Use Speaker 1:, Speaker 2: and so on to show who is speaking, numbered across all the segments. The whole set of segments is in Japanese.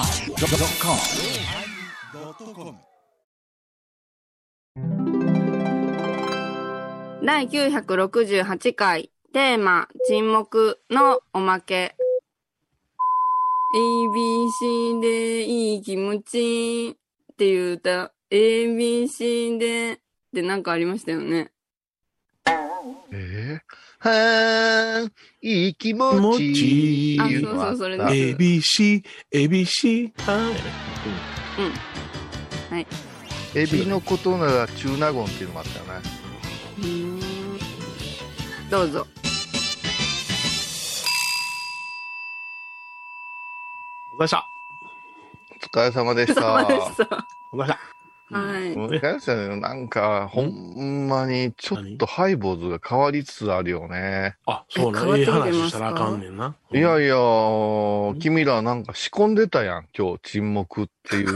Speaker 1: YONNIRI.com
Speaker 2: 第968回テーマ「沈黙」のおまけ ABC でいい気持ちっていう歌 ABC でってなんかありましたよね
Speaker 3: えー、はーん、いい気持ちいい
Speaker 2: あそうそうそれです
Speaker 3: あった
Speaker 4: ABC、ABC、はい。
Speaker 3: エビのことなら中納言っていうのがあったよね。
Speaker 2: うーんどうぞ
Speaker 4: お疲れ様でした。
Speaker 3: お疲れ
Speaker 2: 様で
Speaker 3: 様でした。
Speaker 2: した
Speaker 4: お疲れ様でし
Speaker 2: はい
Speaker 4: た。
Speaker 3: お
Speaker 4: もう
Speaker 3: 疲れ
Speaker 4: ね
Speaker 3: 様でしたね。なんか、ほんまに、ちょっとハイボーズが変わりつつあるよね。
Speaker 4: あ、そうな
Speaker 2: え変わっ
Speaker 4: ん
Speaker 2: て
Speaker 4: え
Speaker 2: き
Speaker 4: え
Speaker 2: てますか
Speaker 4: 話したらあかんねんな。
Speaker 3: いや
Speaker 4: い
Speaker 3: いやー、君らなんか仕込んでたやん、今日、沈黙っていう。
Speaker 4: や。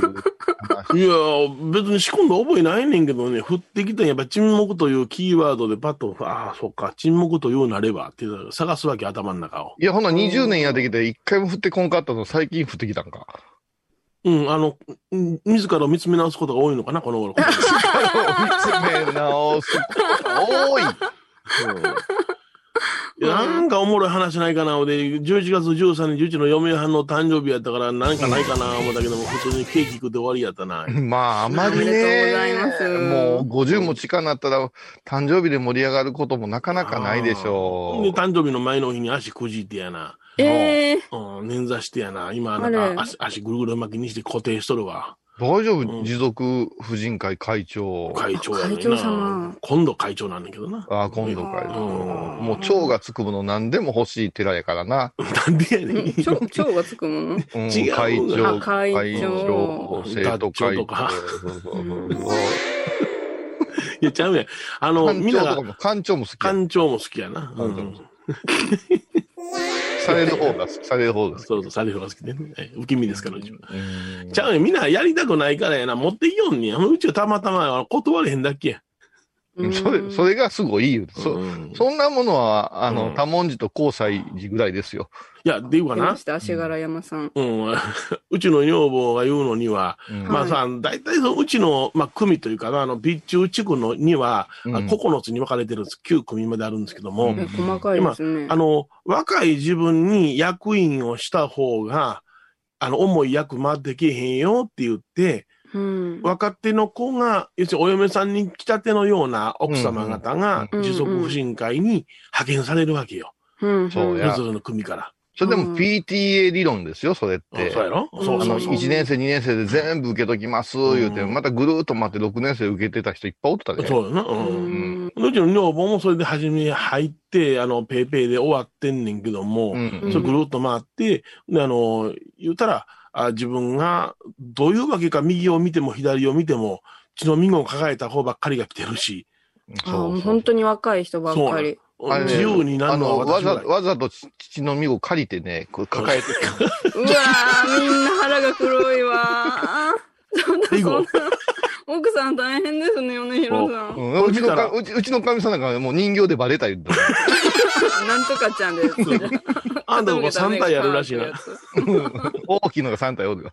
Speaker 4: 別に仕込んだ覚えないねんけどね、降ってきたんやっぱ沈黙というキーワードでパッと、ああ、そっか、沈黙というなればって探すわけ、頭の中を。
Speaker 3: いや、ほな、20年やってきて、一回も降ってこんかったの、最近降ってきた んか。
Speaker 4: うん、あの、うん自らを見つめ直すことが多いのかな、この頃。
Speaker 3: 見つめ直す。多い。
Speaker 4: なんかおもろい話ないかな、で、11月13日、うちの嫁はんの誕生日やったから、なんかないかな、思ったけども、普通にケーキ食って終わりやったな。
Speaker 3: まあ、あまりね。
Speaker 2: おめでとうございます
Speaker 3: もう、50も近なったら、誕生日で盛り上がることもなかなかないでしょ
Speaker 4: で、誕生日の前の日に足くじいてやな。
Speaker 2: えー、
Speaker 4: うん、捻挫してやな。今、な
Speaker 2: あ
Speaker 4: ん
Speaker 2: れ
Speaker 4: か足、足ぐるぐる巻きにして固定しとるわ。
Speaker 3: う。大丈
Speaker 4: う
Speaker 3: 夫
Speaker 4: ん
Speaker 3: 持続婦人会会長。
Speaker 4: 会長やねんな。
Speaker 2: 会長様
Speaker 4: 今度会長なんだけどな。
Speaker 3: ああ、今度会
Speaker 2: うん
Speaker 3: 長。もう、蝶がつくもの何でも欲しい寺やからな。
Speaker 4: なんでやねん。
Speaker 2: 蝶蝶がつくもの
Speaker 3: うん
Speaker 4: 違う
Speaker 3: 会長、
Speaker 2: あ会長
Speaker 3: 生徒会長
Speaker 4: 団長とか。
Speaker 3: そうそうそ う
Speaker 4: いや、ちゃうやん。あの、
Speaker 3: 館
Speaker 4: みん
Speaker 3: 長
Speaker 4: な
Speaker 3: とか
Speaker 4: が、
Speaker 3: も、館長も好きや。
Speaker 4: 館長も好きやな。う
Speaker 3: 館長も
Speaker 4: ん
Speaker 3: 好。される方が好き、される方が好き。
Speaker 4: そうそう、サリフが好きでね。はい受け身ですから、うちは。
Speaker 3: うん
Speaker 4: ちゃうねんみんなやりたくないからやな。持っていよんねん。うちはたまたま断れへんだっけや。
Speaker 2: うーん
Speaker 3: それ、それがすごいいいよ。そ
Speaker 4: うん
Speaker 3: そんなものは、あの、
Speaker 4: うん
Speaker 3: 多文字と交際字ぐらいですよ。
Speaker 4: いや、っていうか
Speaker 2: 出ま
Speaker 4: な
Speaker 2: し。た足柄山さん
Speaker 4: うん、 うちの女房が言うのには、
Speaker 3: うん
Speaker 4: まあさ、大体そのうちの、まあ、組というかな、あの、備中地区のには、あ
Speaker 3: うん
Speaker 4: 9つに分かれてるんです。9組まであるんですけども、
Speaker 3: うん
Speaker 2: え細かいですね
Speaker 4: あの、若い自分に役員をした方が、あの、重い役回ってけえへんよって言って、
Speaker 2: うん
Speaker 4: 若手の子が、要するにお嫁さんに来たてのような奥様方が、
Speaker 2: うんうん
Speaker 4: 持続婦人会に派遣されるわけよ。
Speaker 2: うん
Speaker 3: そうや
Speaker 4: それぞれの組から。
Speaker 3: それで
Speaker 2: う
Speaker 3: も
Speaker 2: ん
Speaker 3: PTA 理論ですよ、それっ
Speaker 4: うん
Speaker 3: て。
Speaker 4: そうやろ
Speaker 2: うん
Speaker 4: そう
Speaker 3: あ
Speaker 4: そ
Speaker 3: の、
Speaker 4: うそう。
Speaker 3: 1年生、2年生で全部受けときます、言うて、
Speaker 4: うん
Speaker 3: またぐるーっと待って6年生受けてた人いっぱいおってたで。
Speaker 4: そうよな。う
Speaker 2: うんん
Speaker 4: うちの女房もそれで初め入って、あの、ペイペイで終わってんねんけども、
Speaker 3: うん
Speaker 2: うん
Speaker 4: それぐるっと回って、で、あの、言うたら、あ自分が、どういうわけか右を見ても左を見ても、血の身を抱えた方ばっかりが来てるし、
Speaker 2: あ
Speaker 3: そ
Speaker 2: もう
Speaker 3: うそう
Speaker 2: 本当に若い人ばっかり。
Speaker 3: あれね
Speaker 4: 自由にな
Speaker 3: あ
Speaker 4: るの
Speaker 3: の、
Speaker 4: は
Speaker 3: わ
Speaker 4: 私
Speaker 3: ざ、
Speaker 4: ぐらい。
Speaker 3: わざと父の身を借りてね、こう抱えて、
Speaker 2: うわー、みんな腹が黒いわー。そん な、
Speaker 4: 以
Speaker 2: そん
Speaker 4: 後
Speaker 2: な、奥さん大変ですね、米広さん。
Speaker 3: うんうちの
Speaker 4: 見たら
Speaker 3: か、うちうちのかみさんなんかもう人形でバレた言うて た。
Speaker 2: なんとかちゃんです。
Speaker 4: あんたの子3体やるらしいな。
Speaker 3: 大きいのが3体おるよ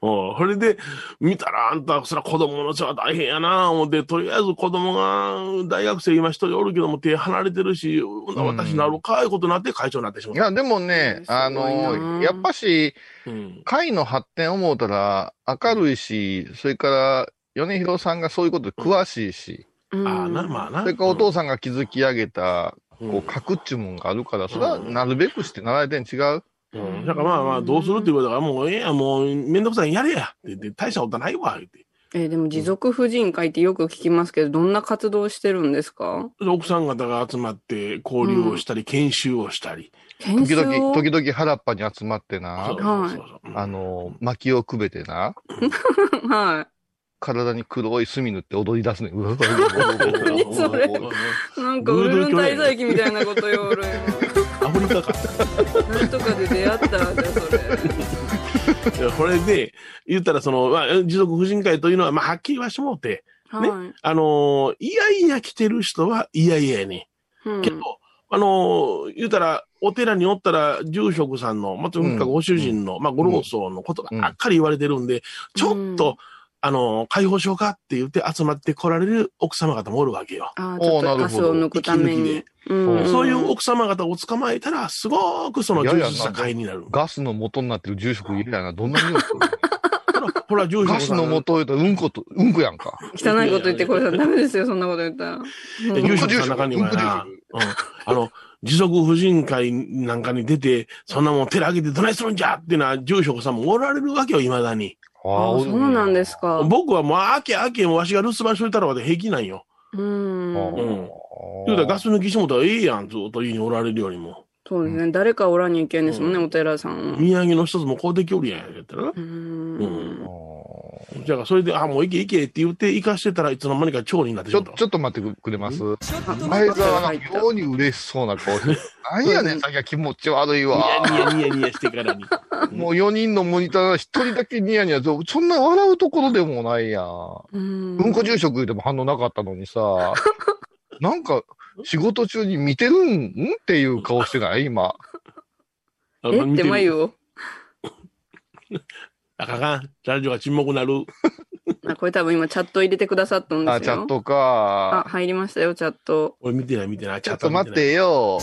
Speaker 4: おそれで、見たらあんた、そら子供の世話大変やな思って、とりあえず子供が、大学生今一人おるけども手離れてるし、私なるか、いうことになって会長になってしまっ
Speaker 3: い
Speaker 4: た。
Speaker 3: や、でもね、あ
Speaker 2: すごい
Speaker 3: の、
Speaker 2: な
Speaker 3: やっぱし、
Speaker 4: うん
Speaker 3: 会の発展思うたら明るいし、それから米広さんがそういうことで詳しいし、
Speaker 4: ああな、まあな。
Speaker 3: それからお父
Speaker 4: さ
Speaker 3: さんが築き上げた、
Speaker 4: ん
Speaker 3: こう、核っちゅうもんがあるから、それはなるべくして習えてん違う。
Speaker 4: うん、だからまあまあ、どうするって言われたから、もうええやん、もうめんどくさいんやれや。って言って、大したことないわ、言って。
Speaker 2: えーでも持続婦人会ってよく聞きますけど、どんな活動してるんですか
Speaker 4: で奥さん方が集まって、交流をしたり、研修をしたり。
Speaker 2: 研
Speaker 3: 時
Speaker 2: 修
Speaker 3: 々、
Speaker 2: を
Speaker 3: 時々原っぱに集まってな
Speaker 4: そう、そうそうそう。
Speaker 3: あの、薪をくべてな、
Speaker 2: は
Speaker 3: 体に黒い墨塗って踊り出すねん。
Speaker 2: 何それい。なんか、ウルルン滞在記みたいなこと言おる。
Speaker 4: アフリカか。
Speaker 2: なんとかで出会ったわ、じゃあそれ。
Speaker 4: いやこれで、言ったらその、まあ、持続婦人会というのは、まあ、はっきりはしもうて、
Speaker 2: はい。
Speaker 4: あのーいやいや来てる人は、いやいややねん。
Speaker 2: うん
Speaker 4: けど、あの、言うたら、お寺におったら、住職さんの、まあ、とにかくご主人の、まあ、ご老僧のことばっかり言われてるんで、ちょっと、あの、解放しようかって言って集まって来られる奥様方もおるわけよ。
Speaker 2: ああ、
Speaker 3: おー
Speaker 2: ちょっと
Speaker 3: なる
Speaker 2: ガ
Speaker 3: ほ
Speaker 2: ス
Speaker 3: ど
Speaker 2: を抜くために
Speaker 4: 息。
Speaker 2: うん
Speaker 4: そういう奥様方を捕まえたら、すごくその充実した会になる。
Speaker 3: ガスの元になってる住職いるやな。どんな匂いする
Speaker 4: ほら、ほら、住職
Speaker 3: ガス
Speaker 4: さん。
Speaker 3: の元言うとうんこと、うんこやんか。
Speaker 2: 汚いこと言ってこれさんダメですよ、そんなこと言ったら。
Speaker 4: で
Speaker 2: うん
Speaker 4: 住職さんの中にはな、うん、あの、持続婦人会なんかに出て、そんなもん手挙げてどないするんじゃってな住職さんもおられるわけよ、未だに。
Speaker 3: あ
Speaker 2: ああ、そうなんです
Speaker 3: か。
Speaker 2: か。
Speaker 4: 僕はもう、あけあけ、わしが留守番しといたらわで平気なんよ。
Speaker 2: うん。
Speaker 3: あ
Speaker 4: ん言うたらガス抜きしてもうたらええやん、ずっと家におられるよりも。
Speaker 2: そうですね。誰かおらに行けんですもんね、お寺さんは。
Speaker 4: 宮城の一つも公的おりやん、やったらな。
Speaker 2: う。
Speaker 4: うんん。
Speaker 3: あ
Speaker 4: じゃあ、それで、あ、もう行け行けって言って行かしてたらいつの間にか蝶になって
Speaker 3: ー
Speaker 4: し
Speaker 3: ち
Speaker 4: ま
Speaker 3: ょ、
Speaker 4: った。
Speaker 3: ちょっと待ってくれます
Speaker 2: あ
Speaker 3: 前澤が
Speaker 2: 入った
Speaker 3: 妙に嬉しそうな顔して、なんやねん、さっきは気持ち悪いわ。
Speaker 4: ニヤニヤニヤニヤしてからに。
Speaker 3: もう4人のモニターが1人だけニヤニヤと、そんな笑うところでもないやん。
Speaker 2: うん
Speaker 3: うんこ住職でも反応なかったの にさ、なんか仕事中に見てるんんっていう顔してない今。
Speaker 4: あ
Speaker 2: えっ
Speaker 4: 見
Speaker 2: て
Speaker 4: る
Speaker 2: 眉を。
Speaker 4: あかんあかん。ラジオが沈黙なる。
Speaker 2: あ、これ多分今チャット入れてくださったんですよ。
Speaker 3: あ、チャット
Speaker 2: あ、
Speaker 3: か。
Speaker 2: 入りましたよ、チャット。
Speaker 4: 俺見てない見てない。
Speaker 3: ちょっと待ってよ。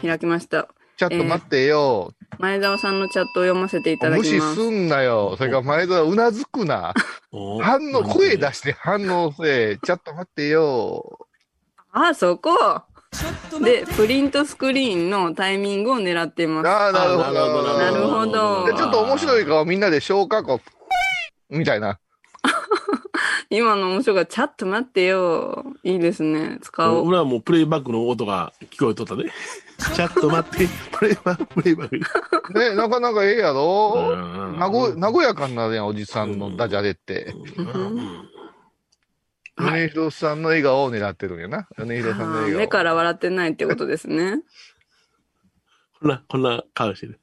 Speaker 2: 開きました。
Speaker 3: ちょっと待ってよ。
Speaker 2: 前澤さんのチャットを読ませていただき
Speaker 3: 無
Speaker 2: ます。
Speaker 3: 視すんなよ。それから前澤うなずくな。反応、声出
Speaker 4: し。
Speaker 3: して反応せえ。ちょっと待ってよ。
Speaker 2: あ、そこで、プリントスクリーンのタイミングを狙っています。
Speaker 3: ああ、なるほど。
Speaker 2: なるほど
Speaker 3: でちょっと面白い顔みんなで消化こう、みたいな。
Speaker 2: 今の面白いが、チャット待ってよ。いいですね。使おう。
Speaker 4: 俺はもうプレイバックの音が聞こえとったね。ちょっと待って、プレイバック、プレイバック。
Speaker 3: ね、なかなかええやろなご、
Speaker 4: な
Speaker 3: 和やかになるやん、おじさんのダジャレって。
Speaker 2: うん
Speaker 3: 米広さんの笑顔を狙ってるんやな。米広さんの
Speaker 2: あ
Speaker 3: 笑
Speaker 2: ー
Speaker 3: 顔。
Speaker 2: 目から笑ってないってことですね。
Speaker 4: こんな、こんな顔してる。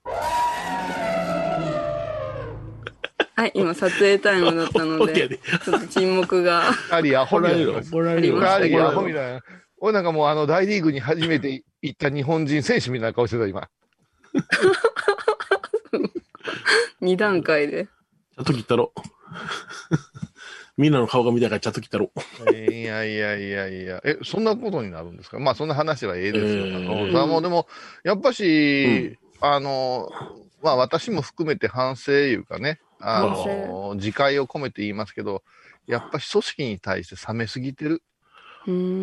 Speaker 2: はい、今撮影タイムだったの
Speaker 4: オッケ
Speaker 2: で、
Speaker 4: ーで。
Speaker 2: ちょっと沈黙が。
Speaker 3: 二人アホみ
Speaker 4: 怒ら
Speaker 3: た
Speaker 4: れ
Speaker 3: い
Speaker 4: る
Speaker 3: な。
Speaker 4: 怒られる
Speaker 3: 二人アホ
Speaker 4: 怒
Speaker 3: み
Speaker 4: ら
Speaker 3: たいな。俺なんかもうあの大リーグに初めて行った日本人選手みたいな顔してた今。
Speaker 2: 2段階で。
Speaker 4: チャット切ったろ。みんなの顔が見たいからチャット切ったろ。
Speaker 3: いやいやいやいや。え、そんなことになるんですかまあそんな話はええですよ。
Speaker 4: ええ
Speaker 3: あのさあもうでも、やっぱし、あの、まあ私も含めて反省いうかね、あ
Speaker 2: 反
Speaker 3: の、自戒を込めて言いますけど、やっぱし組織に対して冷めすぎてる。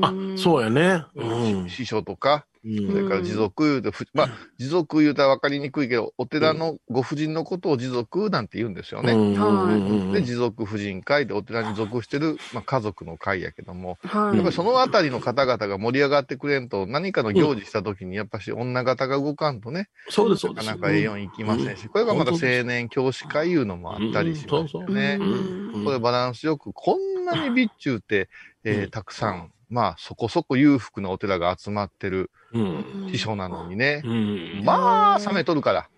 Speaker 4: あ、
Speaker 2: う
Speaker 4: そうやね。うん。
Speaker 3: 師匠とか、
Speaker 4: うん
Speaker 3: それから持続言うと、ふまあ、持続言うたら分かりにくいけど、お寺のご婦人のことを持続なんて言うんですよね。
Speaker 4: うんうんうん
Speaker 3: で、持続婦人会でお寺に属してる、まあ、家族の会やけども、
Speaker 2: ん。は
Speaker 4: う
Speaker 2: い。
Speaker 4: ん
Speaker 3: やっぱりそのあたりの方々が盛り上がってくれんと、何かの行事した時に、やっぱし女方が動かんとね、
Speaker 4: そうです、そう
Speaker 3: な
Speaker 4: で
Speaker 3: か
Speaker 4: す。
Speaker 3: なか A4 行きませんし、これがまた青年教師会いうのもあったりしまし
Speaker 4: うん
Speaker 3: て
Speaker 4: そう
Speaker 3: ね
Speaker 4: う。んうん
Speaker 3: これバランスよく、こんなに備中って、えーたくさん、まあ、そこそこ裕福なお寺が集まってる
Speaker 4: うん。
Speaker 3: 師匠なのにね、
Speaker 4: うん。
Speaker 3: まあ、冷めとるから。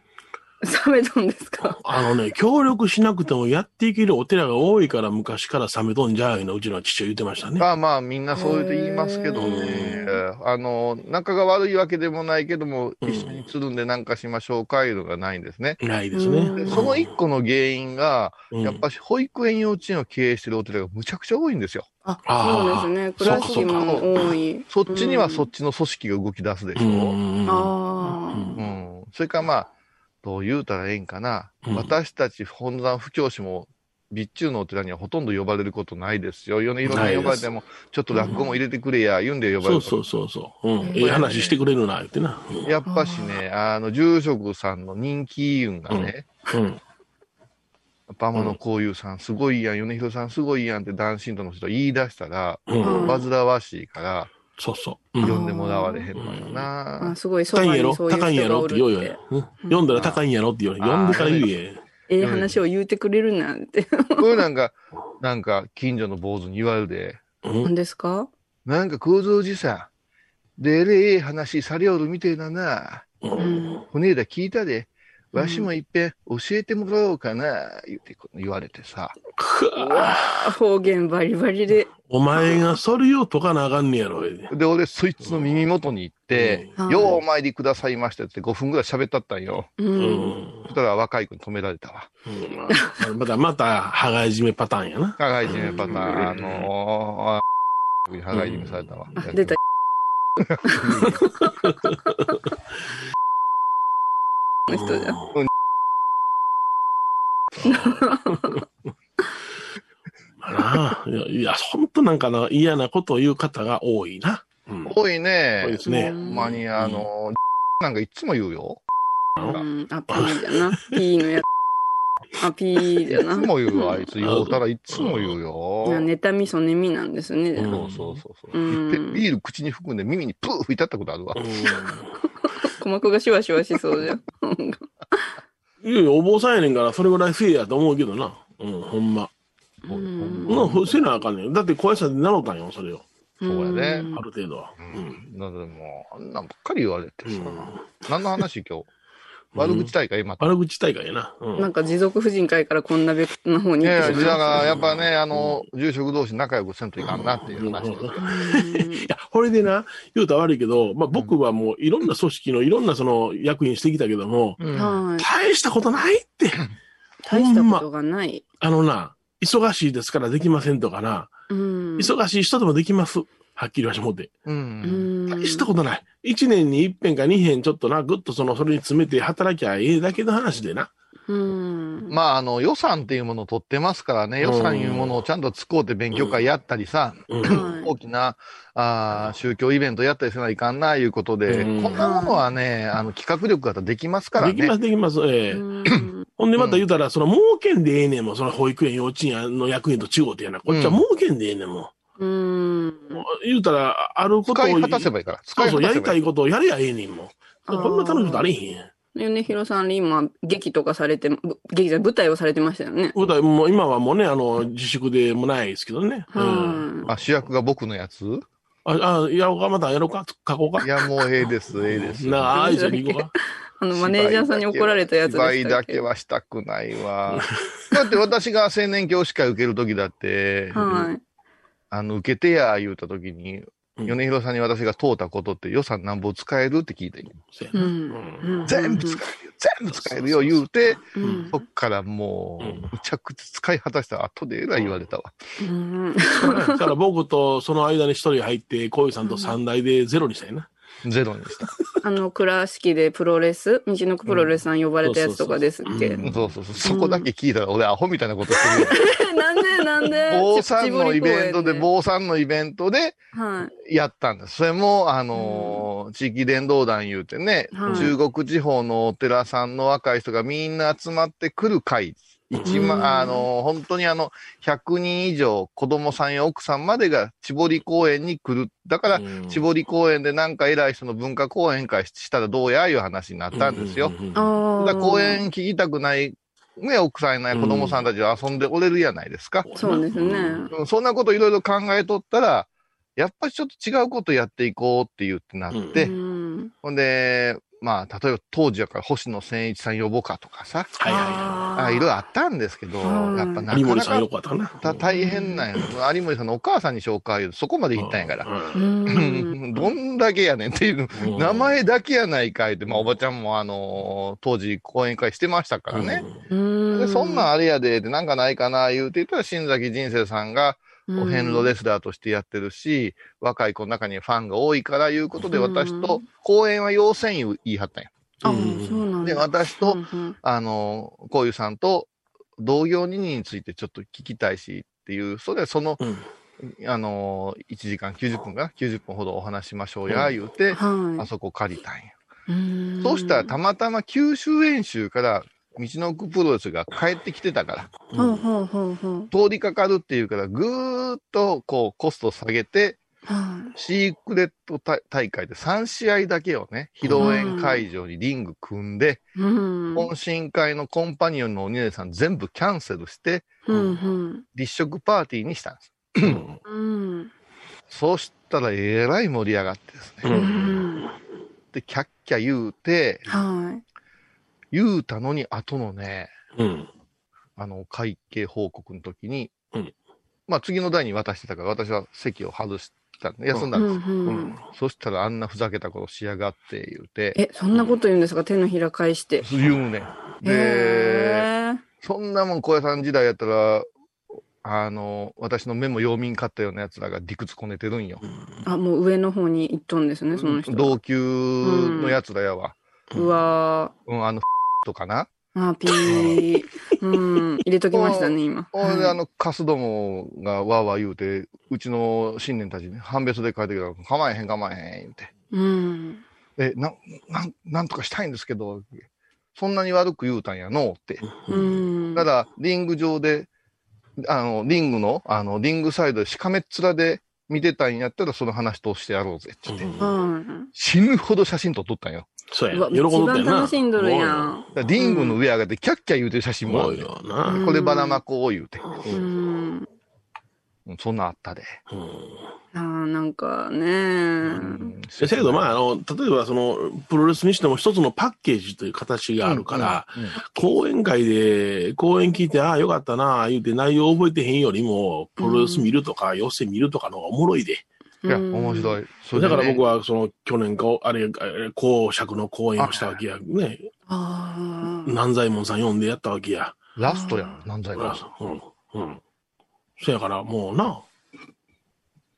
Speaker 2: 冷めたんですか
Speaker 4: あのね、協力しなくてもやっていけるお寺が多いから昔からサメとんじゃうのうちの父は言ってましたね。
Speaker 3: まあまあ、みんなそう言うて言いますけど
Speaker 2: へ
Speaker 3: ね。あの、仲が悪いわけでもないけども、
Speaker 4: うん
Speaker 3: 一緒につるんでなんかしましょうかいうのがないんですね。
Speaker 4: ないですね。
Speaker 2: う
Speaker 3: で
Speaker 2: ん
Speaker 3: その一個の原因が、
Speaker 4: うん
Speaker 3: やっぱし保育園幼稚園を経営してるお寺がむちゃくちゃ多いんですよ。
Speaker 4: あ
Speaker 2: あ
Speaker 4: あ
Speaker 2: そうですね。倉敷も多い。
Speaker 3: そっちにはそっちの組織が動き出すでし
Speaker 4: う
Speaker 3: ょ。
Speaker 4: ん
Speaker 3: うん
Speaker 4: うんうん
Speaker 2: あ
Speaker 3: それからまあ、どう言うたらええんかな。
Speaker 4: うん
Speaker 3: 私たち本山布教師も、備中のお寺にはほとんど呼ばれることないですよ。米広さん呼ばれても、ちょっと落語も入れてくれや、言うんで呼ばれ
Speaker 4: そ
Speaker 3: る
Speaker 4: う
Speaker 3: こと
Speaker 4: そうそうそう。うん。ええ話してくれるな、言ってな。
Speaker 3: やっぱしね、あの、住職さんの人気運がね、
Speaker 4: うん。
Speaker 3: やっぱ天野幸雄さんすごいやん、米広さんすごいやんって男神との人が言い出したら、
Speaker 4: うん。
Speaker 2: ん
Speaker 3: 煩わしいから、
Speaker 4: そうそう。うん
Speaker 3: 呼んでもらわれへんのよ
Speaker 2: あ。あ
Speaker 3: な。
Speaker 2: すごい、そ
Speaker 4: 高いん
Speaker 2: ば
Speaker 4: やろ
Speaker 2: にそういう
Speaker 4: 高いんや
Speaker 2: 人が
Speaker 4: ろ
Speaker 2: お
Speaker 4: っ
Speaker 2: る
Speaker 4: て言おう
Speaker 2: っ
Speaker 4: よ
Speaker 2: て。。
Speaker 4: うん読んだら高いんやろって言おうよ。読んでから言え。
Speaker 2: ええ話を言うてくれるなんて。
Speaker 3: こういうなんか、なんか、近所の坊主に言われるで、
Speaker 4: うん
Speaker 2: 何ですか
Speaker 3: なんか空蔵寺さん、でえれえ話されおるみてえなな。
Speaker 4: う
Speaker 2: うんん。
Speaker 3: ほねえだ聞いたで、わしもいっぺん教えてもらおうかな、言ってこ言われてさ。
Speaker 4: く
Speaker 2: う
Speaker 4: わ
Speaker 2: わー方言バリバリで。
Speaker 4: お前がそれを解かなあかんねやろ。
Speaker 3: で、俺、そいつの耳元に行って、
Speaker 2: うん
Speaker 3: ようお参りくださいましたって5分ぐらい喋ったったんよ。
Speaker 2: う。
Speaker 4: うんん。
Speaker 3: そしたら若い子に止められたわ。
Speaker 4: うんまあまた、また、羽がいじめパターンやな。
Speaker 3: 加害じめパターン、
Speaker 4: うん
Speaker 3: あのー、に加害じめされたわ。
Speaker 2: あ、 出た。の人じゃん。
Speaker 4: うんまあなあいや、いや、ほんとなんかな、嫌なことを言う方が多いな。うん
Speaker 3: 多い
Speaker 4: 多い
Speaker 3: ね
Speaker 4: で。すね
Speaker 2: う。ん
Speaker 3: マニアの、 なんかいつも言うよ。
Speaker 2: うん、あ、P じゃな。P のやつ。あ、P
Speaker 3: い
Speaker 2: じゃ
Speaker 3: つ
Speaker 2: な。
Speaker 3: も言うわ、あいつ。言うたらいつも言うよ。
Speaker 2: いやネタミソネミなんですね。
Speaker 4: うん
Speaker 3: そうそうそうそう。
Speaker 2: うん
Speaker 3: いっぺんビール口に含んで耳にプー吹いたったことあるわ
Speaker 4: う。ん
Speaker 2: 鼓膜がシュワシュワしそうじゃん。
Speaker 4: いやいや、お坊さんやねんから、それぐらいせえやと思うけどな。うん、ほんま。
Speaker 2: うん
Speaker 4: うん、ふせなあかんねん。だって、怖いさで習ったんよ、それを。
Speaker 3: そうやね
Speaker 4: ある程度は。
Speaker 3: う
Speaker 4: う
Speaker 3: ん。
Speaker 4: ん。
Speaker 3: なのでもう、あんなんばっかり言われて
Speaker 4: う
Speaker 3: さ。
Speaker 4: ん
Speaker 3: 何の話今日。悪口大会、また。
Speaker 4: 悪口大会やな。うん。
Speaker 2: なんか持続婦人会からこんなべな方
Speaker 3: い
Speaker 2: に行っ
Speaker 3: やい
Speaker 2: て
Speaker 3: や、
Speaker 2: しま
Speaker 3: だ
Speaker 2: う。
Speaker 3: から、やっぱね、あの、住職同士仲良くせんといかんなっていう話。
Speaker 4: いや、これでな、言うたら悪いけど、まあ、僕はもういろんな組織のいろんなその役員してきたけども、
Speaker 3: う
Speaker 2: うん
Speaker 3: ん
Speaker 2: はい。
Speaker 4: 大したことないって。
Speaker 2: 大したことがない。
Speaker 4: あのな、忙しいですからできませんとかな、
Speaker 2: うん。
Speaker 4: 忙しい人でもできます。はっきり言わしてもって。
Speaker 2: う
Speaker 3: う。
Speaker 2: んん。
Speaker 4: 大したことない。一年に一遍か二遍ちょっとな、ぐっとその、それに詰めて働きゃええだけの話でな。
Speaker 2: うん。
Speaker 3: まあ、あの、予算っていうものを取ってますからね、予算いうものをちゃんと使うて勉強会やったりさ、
Speaker 4: うん。
Speaker 2: はい
Speaker 3: 大きな、あー宗教イベントやったりせないかんな、いうことで、
Speaker 4: うん
Speaker 3: こんなものはね、あの、企画力ができますから
Speaker 4: できま
Speaker 3: ね。
Speaker 4: す、できます。ええ
Speaker 2: うん
Speaker 4: ほんでまた言うたら、その、儲けんでええねんもん。その保育園、幼稚園の役員と違うてやな。こっちは
Speaker 3: うん
Speaker 4: 儲けんでええねんもん。
Speaker 2: うん。
Speaker 4: 言うたら、あること
Speaker 3: 使
Speaker 4: を
Speaker 3: い果たせばいいから。
Speaker 4: そ
Speaker 3: 使
Speaker 4: う
Speaker 3: い
Speaker 4: そ
Speaker 3: 果
Speaker 4: う、
Speaker 3: た
Speaker 4: や
Speaker 3: せ
Speaker 4: り
Speaker 3: ば
Speaker 4: た
Speaker 3: いい。
Speaker 4: いことをやれやええねんもん。こ
Speaker 2: あー
Speaker 4: んな楽しいことありへん。
Speaker 2: 米広さん、今、劇とかされて、ぶ劇じゃない舞台をされてましたよね。
Speaker 4: 舞台も今はもうね、あの、自粛でもないですけどね。うん。
Speaker 2: は
Speaker 3: あ、主役が僕のやつ
Speaker 4: あ、あ、やろうか、またやろうか、書こうか
Speaker 3: い。や、もうええです、ええです。
Speaker 4: なあ、あいじゃん、行こうか。
Speaker 2: い。あの、マネージャーさんに怒られたやつで
Speaker 3: 芝居
Speaker 2: したっ
Speaker 3: だ
Speaker 2: け
Speaker 3: けはしたくないわ。だって私が青年教師会受けるときだって、
Speaker 2: はい。
Speaker 3: あの、受けてや、言うたときに、
Speaker 4: うん
Speaker 3: 米広さんに私が問うたことって予算なんぼ使えるって聞いて、
Speaker 4: そうや
Speaker 2: う。
Speaker 4: なん
Speaker 2: うん
Speaker 3: 全部使えるよ、全部使えるよ、言うて、
Speaker 2: うん
Speaker 3: そっからも
Speaker 4: うん
Speaker 3: う、むちゃくちゃ使い果たした後でえらい言われたわ。
Speaker 2: うん。
Speaker 4: だから僕とその間に一人入って、こういうさんと三代でゼロにしたいな。
Speaker 3: ゼロにした。
Speaker 2: あの、倉敷でプロレス、道のくプロレスさん呼ばれたやつとかですっ
Speaker 4: う
Speaker 2: け
Speaker 4: ん。
Speaker 3: そうそうそう。そこだけ聞いたら俺アホみたいなことしてるよ。
Speaker 2: なんでなんで
Speaker 3: 坊さんのイベント で、
Speaker 2: ぼ
Speaker 3: 坊さんのイベントで、
Speaker 2: は
Speaker 3: やったんです。それも、あのー地域伝道団言うてね、
Speaker 2: はい
Speaker 3: 中国地方のお寺さんの若い人がみんな集まってくる会。一万、
Speaker 2: うん
Speaker 3: あのー本当にあの、100人以上、子供さんや奥さんまでが千堀公園に来る。だから、
Speaker 4: うん
Speaker 3: 千堀公園でなんか偉い人の文化講演会したらどうやいう話になったんですよ。。
Speaker 4: うん
Speaker 2: い。あ
Speaker 3: だ
Speaker 2: あ。
Speaker 3: から公園聞きたくない、ね、奥さんや子供さんたちは遊んでおれるやないですか。
Speaker 2: そうですね。
Speaker 3: うんそんなこといろいろ考えとったら、やっぱりちょっと違うことやっていこうって言ってなって、
Speaker 2: うん。
Speaker 3: ほんで、まあ、例えば当時やから星野千一さん呼ぼうかとかさ、
Speaker 4: はいはいは
Speaker 3: あいろいろあったんですけど、
Speaker 2: はい
Speaker 3: やっぱ
Speaker 4: い。
Speaker 3: な
Speaker 4: 有森
Speaker 3: か
Speaker 4: さんよ
Speaker 3: な
Speaker 4: かったな。
Speaker 3: か大変なんや。有森さんのお母さんに紹介、そこまで行ったんやから。
Speaker 2: う。
Speaker 4: ら。
Speaker 3: うんんどんだけやねんっていう、
Speaker 4: うん
Speaker 3: 名前だけやないかいって、まあ、おばちゃんもあのー当時講演会してましたからね。
Speaker 2: うん。
Speaker 3: で、そんなんあれやで、ってなんかないかな、言うて言ったら、新崎人生さんが、お遍路レスラーとしてやってるし、若い子の中にファンが多いからいうことで、
Speaker 2: うん
Speaker 3: 私と、公演は要請言い張ったんや。
Speaker 2: あーそうなん
Speaker 3: で、
Speaker 2: だ。
Speaker 3: 私
Speaker 2: う
Speaker 3: と、
Speaker 2: んうん
Speaker 3: あの、こういうさんと、同業二人についてちょっと聞きたいしっていう、それでその、
Speaker 4: うん
Speaker 3: あの、1時間90分かな、90分ほどお話しましょうや、言うて、あ
Speaker 2: は
Speaker 3: そこ借りたんや。
Speaker 2: い。ん
Speaker 3: そうしたら、たまたま九州演習から、道の奥プロレスが帰ってきてたから、
Speaker 2: ほうほうほうほう。
Speaker 3: 通りかかるっていうから、ぐーっとこうコスト下げて、
Speaker 2: はい。
Speaker 3: シークレット大大会で3試合だけをね、披露宴会場にリング組んで、
Speaker 2: うん。
Speaker 3: 懇親会のコンパニオンのお姉さん全部キャンセルして、
Speaker 2: うん
Speaker 3: 立食パーティーにしたんです。
Speaker 4: うん
Speaker 2: うん。
Speaker 3: そうしたらえらい盛り上がってですね。
Speaker 4: う
Speaker 2: うんん。
Speaker 3: で、キャッキャ言うて、
Speaker 2: は
Speaker 3: 言うたのに後のね、
Speaker 4: うん。
Speaker 3: あの、会計報告の時に、
Speaker 4: うん
Speaker 3: まあ次の代に渡してたから、私は席を外したんで、休んだ
Speaker 2: うんん
Speaker 3: です。
Speaker 2: うん
Speaker 4: うん。
Speaker 3: そしたらあんなふざけたことしやがって言うて、
Speaker 2: え、そんなこと言うんですか手のひら返して。
Speaker 3: 言うねん。で、
Speaker 2: へー
Speaker 3: そんなもん小屋さん時代やったら、あの、私の目も陽民買ったようなやつらが理屈こねてるんよ。
Speaker 2: あ、もう上の方に行っとんですね、その人。
Speaker 3: 同級のやつらやわ。
Speaker 2: うわ
Speaker 3: うん、あの、 とかな。
Speaker 2: ー。あ、ピー。うん。入れときましたね、今。
Speaker 3: ほんで、
Speaker 2: はい
Speaker 3: あの、カスどもがわーわー言うて、うちの新年たちね、判別で帰ってきたら、構えへん構えへん言うて。
Speaker 2: うん。
Speaker 3: え、な、なん、なんとかしたいんですけど、そんなに悪く言うたんやのって。
Speaker 2: うん。
Speaker 3: ただ、リング上で、あの、リングの、あの、リングサイドでしかめっ面で見てたんやったら、その話通してやろうぜって言って。
Speaker 2: うん。
Speaker 3: 死ぬほど写真撮っとったんよ。
Speaker 4: そうや
Speaker 2: うわ、。
Speaker 4: 喜ん
Speaker 2: 一
Speaker 4: で
Speaker 2: 番
Speaker 4: んな。
Speaker 2: 楽しんどるやん。
Speaker 3: だからリングの上上がってキャッキャ言うてる写
Speaker 4: す
Speaker 3: 真もあ
Speaker 4: ご
Speaker 3: る
Speaker 4: い
Speaker 3: ね、
Speaker 4: よな。
Speaker 2: ん
Speaker 3: こればらまこう言うて。
Speaker 2: うん。
Speaker 3: うんそんなんあったで。
Speaker 4: うん
Speaker 2: あーなんかね
Speaker 3: うん
Speaker 4: せやけど、まあ、あの、例えば、その、プロレスにしても一つのパッケージという形があるから、
Speaker 3: うんうん
Speaker 4: 講演会で、講演聞いて、ああ、よかったな、言うて内容覚えてへんよりも、プロレス見るとか、寄せ見るとかの方がおもろいで。
Speaker 3: いや、面
Speaker 2: い。
Speaker 3: 白い。それ
Speaker 4: だ
Speaker 3: でね
Speaker 4: から僕は、その、去年か、あれ、あれ公爵の講演をしたわけや。ね、
Speaker 2: ああ。
Speaker 4: 南左衛門さん読んでやったわけや。
Speaker 3: ラストやん、何歳か。
Speaker 4: うん、うん。そやから、もうな、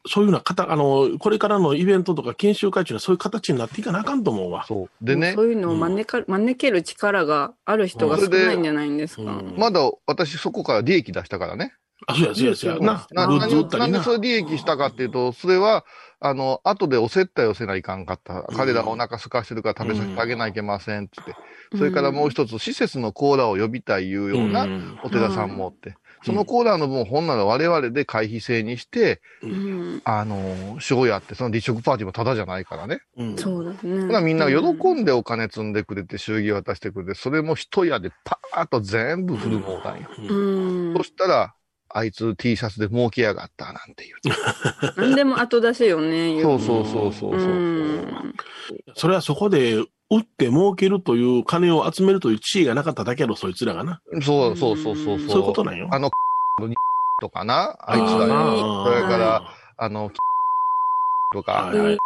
Speaker 4: そういうような方、あの、これからのイベントとか研修会中にはそういう形になっていかなあかんと思うわ。
Speaker 3: そう。でね
Speaker 2: そ、ういうのを真似か、真似ける力がある人が少ないんじゃないんですか。
Speaker 4: うん
Speaker 3: まだ私そこから利益出したからね。
Speaker 4: あ、そうや、そうや、そうや。な、
Speaker 3: な
Speaker 4: グッズ売
Speaker 3: 何
Speaker 4: った
Speaker 3: な
Speaker 4: り
Speaker 3: んで
Speaker 4: な。
Speaker 3: それ利益したかっていうと、それは、あの、後でお接待をせないかんかった。
Speaker 4: うん
Speaker 3: 彼らがお腹空かしてるから食べさせてあげないけませんってって。それからもう一つ、施設のコーラを呼びたいいうようなお寺さんもおって。そのコーラの分、ほんなら我々で会費制にして、
Speaker 2: うん。
Speaker 3: あの、しようやって、その離職パーティーもタダじゃないからね。
Speaker 4: うん
Speaker 2: そうですね。
Speaker 3: ほなみんな喜
Speaker 2: で。
Speaker 3: んでお金積んでくれて、祝儀渡してくれて、それも一夜でパーッと全部振るもうたんよ。
Speaker 2: うん
Speaker 3: そ。したら、あいつ T シャツで儲けやがったなんて言うて。
Speaker 2: 何でも後出しよね、
Speaker 3: そううそうそうそう
Speaker 2: う
Speaker 3: そう。
Speaker 2: ん。
Speaker 4: それはそこで、売って儲けるという、金を集めるという地位がなかっただけやろ、そいつらがな。
Speaker 3: そうそうそうそう。
Speaker 2: うん
Speaker 4: そういうことなんよ。
Speaker 3: あの、のとかな、あいつ
Speaker 2: だ
Speaker 3: ら
Speaker 2: よ
Speaker 3: よ。
Speaker 4: あー
Speaker 3: それから、あの、とか
Speaker 4: はい、はい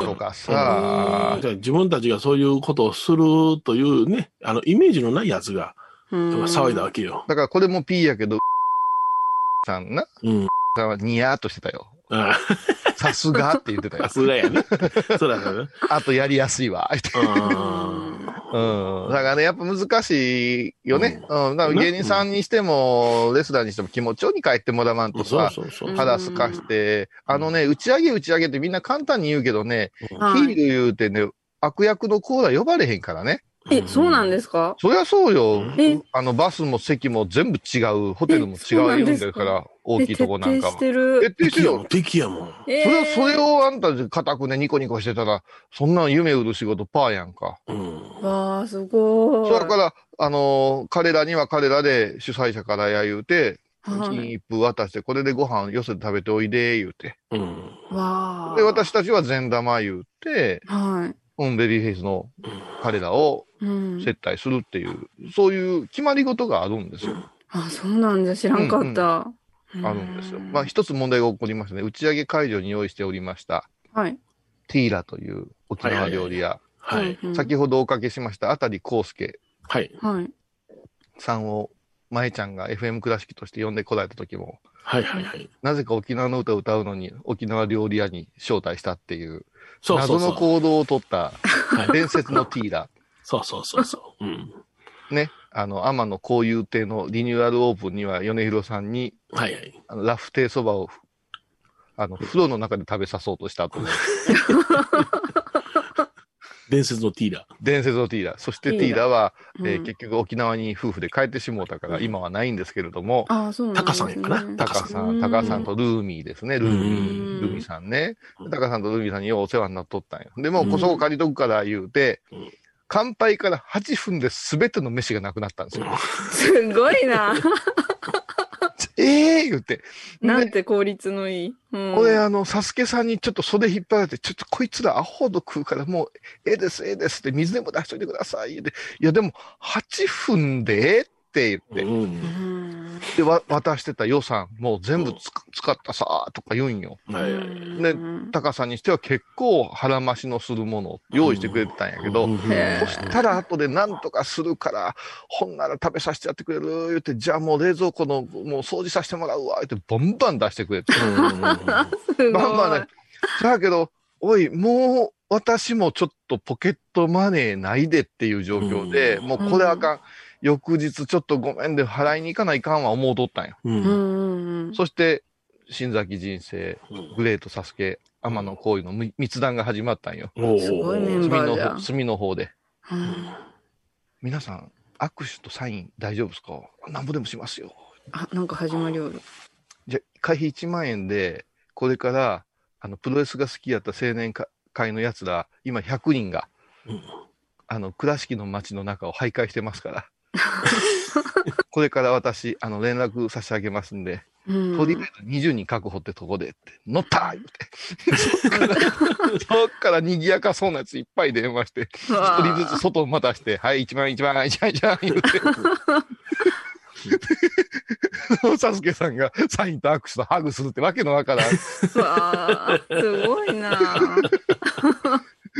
Speaker 3: とか
Speaker 4: あ
Speaker 3: さ
Speaker 4: ー、じゃあ自分たちがそういうことをするというね、あの、イメージのないやつが、
Speaker 2: うん
Speaker 4: 騒いだわけよ。
Speaker 3: だからこれも P やけど、さんな、
Speaker 4: うん。
Speaker 3: さんはニヤーっとしてたよ。
Speaker 4: あ
Speaker 3: さすがって言ってた
Speaker 4: あ、
Speaker 3: よ
Speaker 4: さ。すがやね。そうだね。
Speaker 3: あとやりやすいわ。
Speaker 4: う
Speaker 2: うん
Speaker 4: ん。
Speaker 3: うん。だからね、やっぱ難しいよね。うん。だから芸人さんにしても、レスラーにしても気持ちように帰ってもらわんと
Speaker 4: そう
Speaker 3: さ、
Speaker 4: そうそう。
Speaker 2: うん
Speaker 3: 腹すかして、あのね、打ち上げ打ち上げってみんな簡単に言うけどね、ヒ
Speaker 2: はい
Speaker 3: ール言うてね、悪役のコーラ呼ばれへんからね。
Speaker 2: え、そうなんですすか
Speaker 3: そりゃそうよ。
Speaker 2: え、
Speaker 3: あの、バスも席も全部違う、ホテルも違うようんだから、大
Speaker 2: え
Speaker 3: きい
Speaker 2: 徹
Speaker 3: とこ
Speaker 2: 底
Speaker 3: なんか
Speaker 2: し
Speaker 3: も。
Speaker 2: てる。
Speaker 3: 徹底して
Speaker 4: 敵
Speaker 3: る
Speaker 4: やも
Speaker 3: よ
Speaker 4: ん、。敵やもん。
Speaker 2: え
Speaker 3: それは、
Speaker 2: ー
Speaker 3: それ。をあんた固くね、ニコニコしてたら、そんなん夢売る仕事パーやんか。
Speaker 4: うん。
Speaker 2: わあ、すごい。
Speaker 3: それから、あのー彼らには彼らで主催者からや言うて、
Speaker 2: はい
Speaker 3: 金一封渡して、これでご飯寄せて食べておいで、言うて。
Speaker 4: うん。
Speaker 2: わあ。
Speaker 3: で、私たちは善玉言うて、
Speaker 2: は
Speaker 3: うん、ベリーフェイスの彼らを
Speaker 2: い。うん。
Speaker 3: 接待するっていう、そういう決まり事があるんですよ。
Speaker 2: あ、そうなんじゃ知らんかった。
Speaker 3: あるんですよ。まあ、一つ問題が起こりましたね。打ち上げ会場に用意しておりました、
Speaker 2: はい。
Speaker 3: ティーラという沖縄料理屋、
Speaker 4: はい。
Speaker 2: うん。
Speaker 3: 先ほどおかけしました、あたりこうすけ
Speaker 4: はい。
Speaker 2: はい。
Speaker 3: さんを、まえちゃんが FM 倉敷として呼んでこられた時も、
Speaker 4: はいはいはい。
Speaker 3: なぜか沖縄の歌を歌うのに、沖縄料理屋に招待したっていう、
Speaker 4: そうそ
Speaker 3: 謎
Speaker 4: う
Speaker 3: の
Speaker 4: そう。
Speaker 3: 行動をとった
Speaker 4: はい
Speaker 3: 伝説のティーラ、
Speaker 4: そうそうそうそう。うん。
Speaker 3: ね、あの、天野幸雄亭のリニューアルオープンには、米広さんに、
Speaker 4: はいはい。
Speaker 3: あのラフテーそばを、あの、風呂の中で食べさそうとしたという
Speaker 4: 伝説のティーラ
Speaker 3: 伝説のティーラ。そして
Speaker 2: ティ
Speaker 3: テ
Speaker 2: ーラ
Speaker 3: ィーラは、えー
Speaker 2: うん
Speaker 3: 結局沖縄に夫婦で帰ってしもうたから、
Speaker 4: うん
Speaker 3: 今はないんですけれども、
Speaker 2: あ、そうなんですね。
Speaker 4: 高さんやかな
Speaker 3: タカさ
Speaker 2: うん
Speaker 3: ん、タカさんとルーミーですね、ルーミ
Speaker 2: うん
Speaker 3: ー、ルーミーさんね
Speaker 4: うん。
Speaker 3: タカさんとルーミーさんにようお世話になっとったんよ。でも、
Speaker 4: うん
Speaker 3: こそこ借りとくから言うて
Speaker 4: うん、
Speaker 3: 乾杯から8分で全ての飯がなくなったんですよ。
Speaker 2: すごいな。
Speaker 3: えええ言って。
Speaker 2: なんて効率のいい。うん。
Speaker 3: これ、あの、サスケさんにちょっと袖引っ張られて、ちょっとこいつらアホほど食うから、もう、ええです、ええですって、水でも出しといてください。で、いや、でも、8分でって言って、
Speaker 4: うん
Speaker 2: うん
Speaker 3: で、わ渡してた予算、もう全部つく使ったさーとか言うんよ。
Speaker 4: はいはい
Speaker 3: ね高さんにしては結構腹増しのするものを用意してくれてたんやけど、
Speaker 4: うん
Speaker 2: へ
Speaker 3: そしたら後で何とかするから、ほんなら食べさせてやってくれる言って、じゃあもう冷蔵庫のもう掃除させてもらうわってバンバン出してくれて。
Speaker 2: すごい。
Speaker 3: バンバンね。だけど、おい、もう私もちょっとポケットマネーないでっていう状況で、
Speaker 4: うん
Speaker 3: もうこれあかん。翌日ちょっとごめんで払いに行かないかんは思うとったんよ。
Speaker 4: う
Speaker 2: うんんうんうん。
Speaker 3: そして、新崎人生、
Speaker 4: うん
Speaker 3: グレートサスケ、天野幸雄のみ密談が始まったんよ。
Speaker 4: おー
Speaker 2: すごいメン
Speaker 3: 隅
Speaker 2: バー
Speaker 3: の
Speaker 2: じゃん
Speaker 3: 方、。隅の方で。
Speaker 2: うん
Speaker 3: 皆さん、握手とサイン大丈夫ですかなんぼでもしますよ。
Speaker 2: あ、なんか始まりおる。
Speaker 3: じゃ、会費1万円で、これから、あの、プロレスが好きやった青年か会のやつら、今100人が、
Speaker 4: うん
Speaker 3: あの、倉敷の街の中を徘徊してますから。 これから私、あの、連絡差し上げますんで、
Speaker 2: うん
Speaker 3: とりあえず20人確保ってとこでって、乗った言っ て。そっから賑やかそうなやついっぱい電話して、
Speaker 2: うわ
Speaker 3: 一
Speaker 2: ー
Speaker 3: 人ずつ外を待たして、はい、一番一番、一番一番言って。サスケさんがサインと握手とハグするってわけのわからん。
Speaker 2: わあ、すごい な。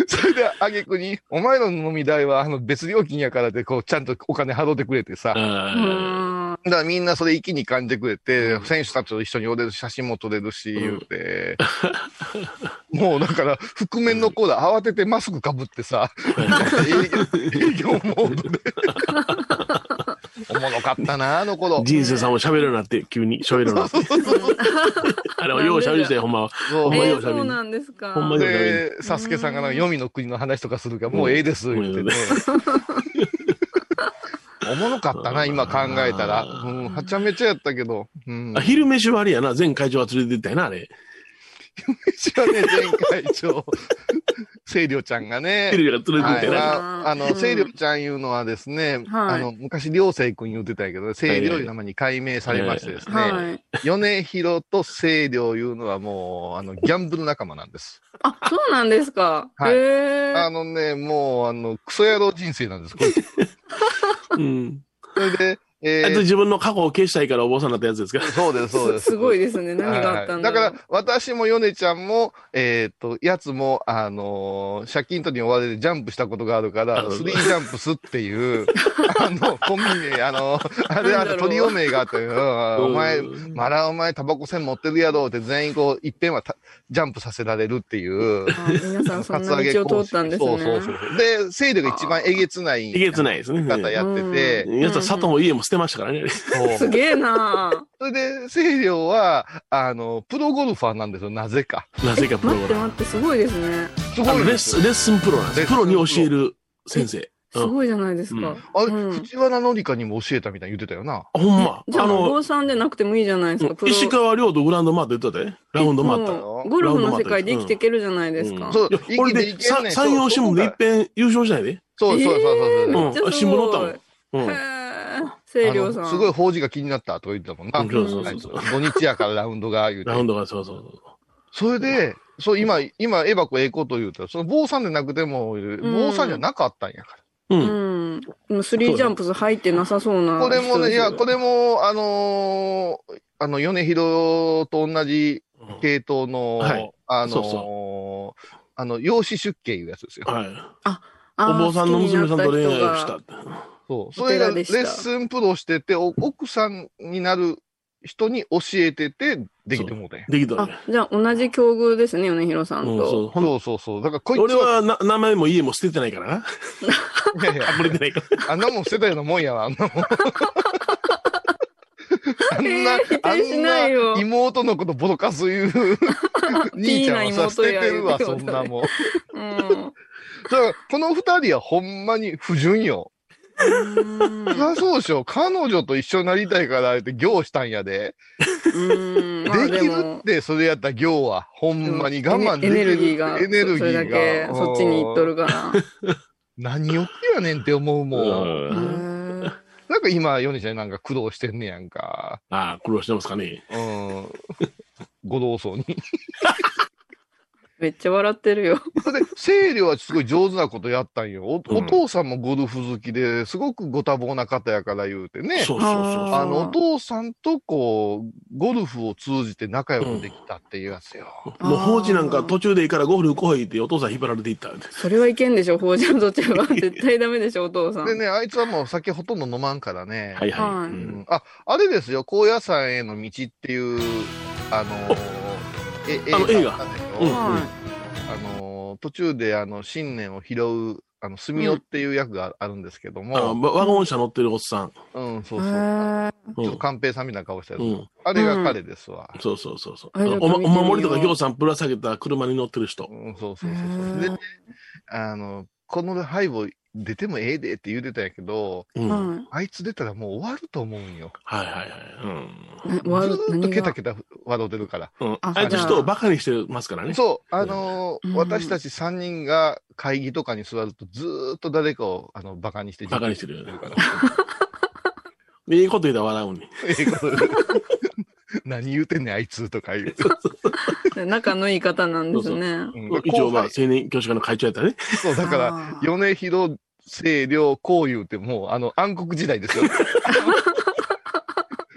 Speaker 3: それで、あげくに、お前の飲み代は、あの、別料金やからで、こう、ちゃんとお金払ってくれてさ。
Speaker 2: う
Speaker 4: あ
Speaker 2: ん。
Speaker 3: だからみんなそれ一気に感じてくれて、選手たちと一緒に踊れる写真も撮れるし、言うて。もうだから、覆面のコーラ慌ててマスクかぶってさ、営業営業モードで。おもろかったな、あの頃
Speaker 4: ー。人生さんも喋るようになって、急に喋るようになって。あれはよう喋る人や、ほんまは。
Speaker 3: そう
Speaker 4: ほんま
Speaker 2: え
Speaker 4: にお
Speaker 2: ー、
Speaker 4: しゃべり
Speaker 2: そうなんですか。
Speaker 4: ほんまに
Speaker 3: で、サスケさんがなんか黄泉の国の話とかするから、もうええです、言ってね。おもろかったな、今考えたら。うん、はちゃめちゃやったけど。うん
Speaker 4: あ。昼飯はあれやな、全会長が連れてったやな、あれ。
Speaker 3: 一応ね、前回長、清涼ちゃんがね。
Speaker 4: 昼が連れてっ
Speaker 3: は
Speaker 4: た
Speaker 3: い、
Speaker 4: やな。
Speaker 3: ああの、
Speaker 2: うん
Speaker 3: 清涼ちゃんいうのはです
Speaker 2: は
Speaker 3: ね、
Speaker 2: い
Speaker 3: あの、昔、良生君言ってたんやけど、清涼いう名前に改名されましてですね、
Speaker 2: はい。
Speaker 3: 米広と清涼いうのはもう、あの、ギャンブル仲間なんです。
Speaker 2: あ、そうなんですか。
Speaker 3: はい
Speaker 2: へ
Speaker 3: あ
Speaker 2: え。
Speaker 3: のね、もう、あの、クソ野郎人生なんです、これ。
Speaker 4: うん。
Speaker 3: それで、え
Speaker 4: あと
Speaker 3: ー、
Speaker 4: 自分の過去を消したいからお坊さんになったやつですか。
Speaker 3: そうです、そうですす。
Speaker 2: ごいですね。何があった
Speaker 3: は
Speaker 2: ん
Speaker 3: い
Speaker 2: だ
Speaker 3: だ
Speaker 2: ろう。
Speaker 3: から、私もヨネちゃんも、えっ、と、やつも、あのー借金取りに追われてジャンプしたことがあるから
Speaker 4: なる、ほど
Speaker 3: スリージャンプスっ ていう、あの、コンビ名、あの、あれ、
Speaker 2: な
Speaker 3: あ
Speaker 2: んだろう
Speaker 3: の、鳥嫁があって、うんお前
Speaker 4: う、ん
Speaker 3: まだお前タバコ線持ってるやろうって全員こう、いっぺんはたジャンプさせられるっていう。
Speaker 2: あ皆さんそんな道を通ったんです
Speaker 3: そ
Speaker 2: ね。
Speaker 3: うそうそう。で、勢力が一番えげつない
Speaker 4: えげつないですね。
Speaker 3: 方やってて、
Speaker 4: やつは里も家も捨てましたからね。
Speaker 3: そう
Speaker 2: すげえな。
Speaker 3: それで、清涼は、あの、プロゴルファーなんですよ、なぜか。
Speaker 4: なぜかプロ
Speaker 2: 待
Speaker 4: ゴ
Speaker 2: って待って、
Speaker 4: ルフ
Speaker 2: すごいですね。
Speaker 3: す
Speaker 4: あ
Speaker 3: ご
Speaker 4: の
Speaker 3: い
Speaker 4: レ
Speaker 3: で
Speaker 4: ッ
Speaker 3: す
Speaker 4: スン、レッスンプロなんです。プロに教える先生。
Speaker 2: すごいじゃないですか。
Speaker 3: あれ、
Speaker 2: うん
Speaker 3: 藤原紀香にも教えたみたいに言ってたよな。
Speaker 4: ほんま。
Speaker 2: じゃ
Speaker 4: あ
Speaker 2: あ、お
Speaker 4: の、
Speaker 2: 坊さんでなくてもいいじゃないですか。プロ
Speaker 4: 石川亮とグラウンド回って言ってたで。ラウンド回った。
Speaker 2: もうゴルフの世界で生きていけるじゃないですか。
Speaker 3: そう、
Speaker 4: これ
Speaker 3: 生きてい
Speaker 4: で、
Speaker 3: けんねん。
Speaker 4: 山陽新聞で一遍優勝したんやで。
Speaker 3: そうそうそうそうそう
Speaker 4: う
Speaker 3: そ
Speaker 4: ん
Speaker 3: う。
Speaker 2: めっちゃす
Speaker 4: 新聞載
Speaker 2: ご
Speaker 4: ったもん
Speaker 2: い。
Speaker 4: うん。
Speaker 2: へー清涼
Speaker 3: あ
Speaker 2: さ
Speaker 3: の
Speaker 2: ん。
Speaker 3: すごい法事が気になったとか言ってたもんな。
Speaker 4: うん
Speaker 2: そうそう
Speaker 4: そう
Speaker 3: 土日やからラウンドが言うて
Speaker 4: ラウ。ンドが、そうそうそう。
Speaker 3: それで、そう、今、今、エバコええこと言うたら、その坊さんでなくても、坊さんじゃなかったんやか
Speaker 4: う。
Speaker 2: うんん。でもスリージャンプス入ってなさそうな。
Speaker 3: ら。これも
Speaker 2: 人
Speaker 3: ね、い
Speaker 2: ですよ
Speaker 3: や、これも、あのーあの、米広と同じ系統の、
Speaker 4: はい
Speaker 3: あのー
Speaker 4: そう
Speaker 3: あの、養子出家いうやつですよ。
Speaker 4: はい。
Speaker 2: あ
Speaker 4: お
Speaker 2: ー
Speaker 4: 坊さんの娘さんと恋愛をし。
Speaker 2: 好きになったた人が
Speaker 4: って。
Speaker 3: そう。
Speaker 2: お
Speaker 3: それが
Speaker 2: 寺
Speaker 3: レ
Speaker 2: でした
Speaker 3: ッスンプロしてて、お奥さんになる人に教えてて、できてもうたんや
Speaker 4: できたね。
Speaker 2: あ、じゃあ同じ境遇ですね、米広さ
Speaker 4: うんん、
Speaker 2: と。
Speaker 4: そう。ほん
Speaker 3: そうそうそう。だからこいつ
Speaker 4: 俺はな名前も家も捨ててないからな。
Speaker 3: いやいや
Speaker 4: あぶれてないから。
Speaker 3: あんなもん捨てたようなもんやわ、あんなもん。あんな
Speaker 2: えー否、定しないよ
Speaker 3: あんな妹のことボロカス言う 兄ちゃんはさ、捨
Speaker 2: ピーな妹
Speaker 3: て
Speaker 2: や
Speaker 3: てるわ、
Speaker 2: 言う
Speaker 3: そ
Speaker 2: て
Speaker 3: ん
Speaker 2: もね
Speaker 3: なもん。だ
Speaker 2: うん。
Speaker 3: から、この二人はほんまに不純
Speaker 2: う
Speaker 3: よ。
Speaker 2: ん
Speaker 3: そりゃそうでしょ。彼女と一緒になりたいから、って行したんやで。
Speaker 2: うん。まあ
Speaker 3: で
Speaker 2: で
Speaker 3: きる
Speaker 2: も
Speaker 3: っ、て、それやったら行は、ほんまに
Speaker 2: でも
Speaker 3: 我慢でき
Speaker 2: エネル
Speaker 3: る。
Speaker 2: ギーが、
Speaker 3: エネルギ
Speaker 2: それだけ
Speaker 3: ーが。
Speaker 2: そっちに行っと
Speaker 3: う
Speaker 2: る
Speaker 3: ん。
Speaker 2: から。
Speaker 3: 何よってやねんって思うもん。
Speaker 4: うん
Speaker 2: へー
Speaker 3: だから今、ヨネちゃんなんか苦労してんねやんか。
Speaker 4: ああ、苦労してますかね。
Speaker 3: うん。 ご同窓に。
Speaker 2: めっちゃ笑ってるよ。
Speaker 3: それで、清涼はすごい上手なことやったんよ。お
Speaker 4: うん
Speaker 3: お父さんもゴルフ好きですごくご多忙な方やから言うてね。
Speaker 4: そうそうそうそ
Speaker 3: あの、お父さんとこう、ゴルフを通じて仲良くできたっていうやつよ。
Speaker 4: う。もう放置なんか途中でいいからゴルフ来いってお父さん引っ張られていったんで。
Speaker 2: それはいけんでしょ、法事の途中は。絶対ダメでしょ、お父さん。
Speaker 3: でね、あいつはもう酒ほとんど飲まんからね。
Speaker 4: はい
Speaker 2: は
Speaker 4: はい。
Speaker 2: いう
Speaker 3: うんんあ、あれですよ、高野山への道っていう、あのーえ
Speaker 4: あの
Speaker 3: 映画あったでし
Speaker 4: 映
Speaker 3: ょ
Speaker 4: 画うん
Speaker 2: は
Speaker 3: あのー途中であの信念を拾う、あの、住代っていう役があるんですけど
Speaker 4: あの
Speaker 3: も、
Speaker 4: ワワゴン車乗ってるおっさん。
Speaker 3: うん、そう
Speaker 2: い。
Speaker 3: そう。
Speaker 2: へー
Speaker 4: う
Speaker 3: ちょっと
Speaker 4: ん。
Speaker 3: 寛平さんみたいな顔してる。
Speaker 4: うん
Speaker 3: あれが彼ですわ。
Speaker 4: そうそうそうそう。
Speaker 2: あじゃあ
Speaker 4: おま
Speaker 2: 見て
Speaker 4: お
Speaker 2: みよう
Speaker 4: 守りとか行さんぶら下げた車に乗ってる人。
Speaker 3: うん、そうそうそう
Speaker 2: へ
Speaker 3: そ
Speaker 2: ー
Speaker 3: う。でね、あの、この背後出てもええでって言うてたんやけど、
Speaker 4: うん。はい
Speaker 2: はい
Speaker 3: あいつ出たらもう終わると思うんよ。
Speaker 4: はいはい。うん。
Speaker 2: え。
Speaker 3: ず
Speaker 2: わ
Speaker 3: ーっと
Speaker 2: 何
Speaker 3: ケタ
Speaker 2: が
Speaker 3: ケタ笑うてるから。
Speaker 4: うん、
Speaker 2: あ
Speaker 4: あいつ人をバカにしてますからね。
Speaker 3: そう、あの
Speaker 2: う
Speaker 3: ー
Speaker 2: ん
Speaker 3: 私たち3人が会議とかに座ると、ずーっと誰かをあのバカにして、
Speaker 4: バカにしてるよね
Speaker 3: から。
Speaker 4: いいこと言うたら笑うに。
Speaker 3: 英語で 何言うてんねん、あいつとか言う。
Speaker 2: 仲のいい方なんですね。
Speaker 3: うん
Speaker 4: 一応まあ
Speaker 3: 後輩
Speaker 4: 青年教師会の会長やったらね。
Speaker 3: そう、だから、
Speaker 2: あー
Speaker 3: 米広清涼こう言うてもう、あの、暗黒時 代ですよ。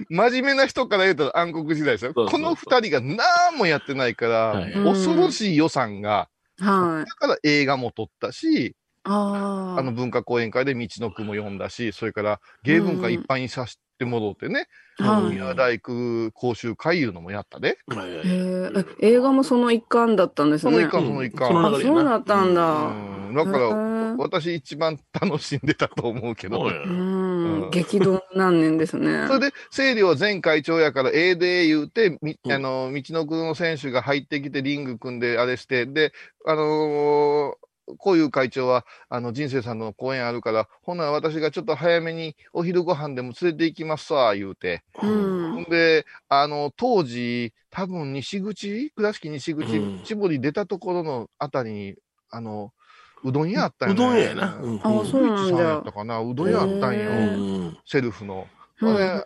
Speaker 3: 真面目な人から言うと暗黒時代ですよ。
Speaker 4: そうそ
Speaker 3: こ
Speaker 4: うそう
Speaker 3: の二人が何もやってないから、
Speaker 4: はい
Speaker 3: 恐ろしい予算が、
Speaker 2: はい
Speaker 3: だ。から映画も撮ったし、
Speaker 2: あ
Speaker 3: あの文化講演会で道のくも読んだし、それから芸文化一般にさせて戻ってね、
Speaker 2: あ。は
Speaker 4: うん
Speaker 2: い。
Speaker 3: 宮大工講習会いうのもやったで。
Speaker 4: はいはい
Speaker 2: へーえ映画もその一環だったんです
Speaker 3: その
Speaker 2: ね
Speaker 3: 一。環、その一
Speaker 4: うんその
Speaker 3: 環。
Speaker 2: あ、そうだったん
Speaker 3: う
Speaker 2: だ。
Speaker 3: ん、だから、
Speaker 2: うん
Speaker 3: 私一番楽しんでたと思うけ
Speaker 4: そう
Speaker 3: ど。
Speaker 4: や
Speaker 2: う
Speaker 3: うん
Speaker 2: ん、激動何年ですね。
Speaker 3: それで、清涼は前会長やから、ええで言うて、み
Speaker 4: うん
Speaker 3: あの、道のくの選手が入ってきて、リング組んで、あれして、で、あのーこういう会長は、あの、人生さんの講演あるから、ほな、私がちょっと早めにお昼ご飯でも連れて行きますわ、言うて。
Speaker 2: う
Speaker 3: ほん
Speaker 2: ん。
Speaker 3: で、あの、当時、多分西口、倉敷西口、
Speaker 4: うん
Speaker 3: 千堀出たところのあたりに、あの、うどん屋あった
Speaker 4: うん
Speaker 3: よ、
Speaker 4: う
Speaker 3: ね。
Speaker 4: どん屋やな。うん
Speaker 2: あーそうなんだ
Speaker 3: うどん屋やったかな。うどん屋あったん
Speaker 2: へ
Speaker 3: よ、
Speaker 2: ー
Speaker 4: うん
Speaker 3: セルフの。
Speaker 2: う
Speaker 3: あ
Speaker 2: ん
Speaker 3: れ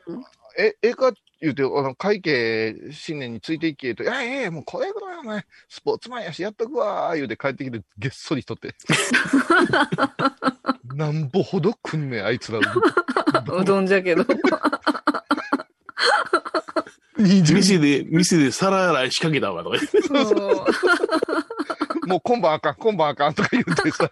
Speaker 3: え、ええか言うて、あの、会計新年についていけと、いや、ええ、もうこれぐらいはね、スポーツマンやし、やっとくわー、言うて帰ってきて、げっそりしと って。なんぼほどくんねん、あい つら。
Speaker 2: うどんじゃけど。
Speaker 4: 店で、店で皿洗い仕掛けたわとか言って。
Speaker 2: そう
Speaker 3: もう今晩あかん、今晩あかんとか言って さ。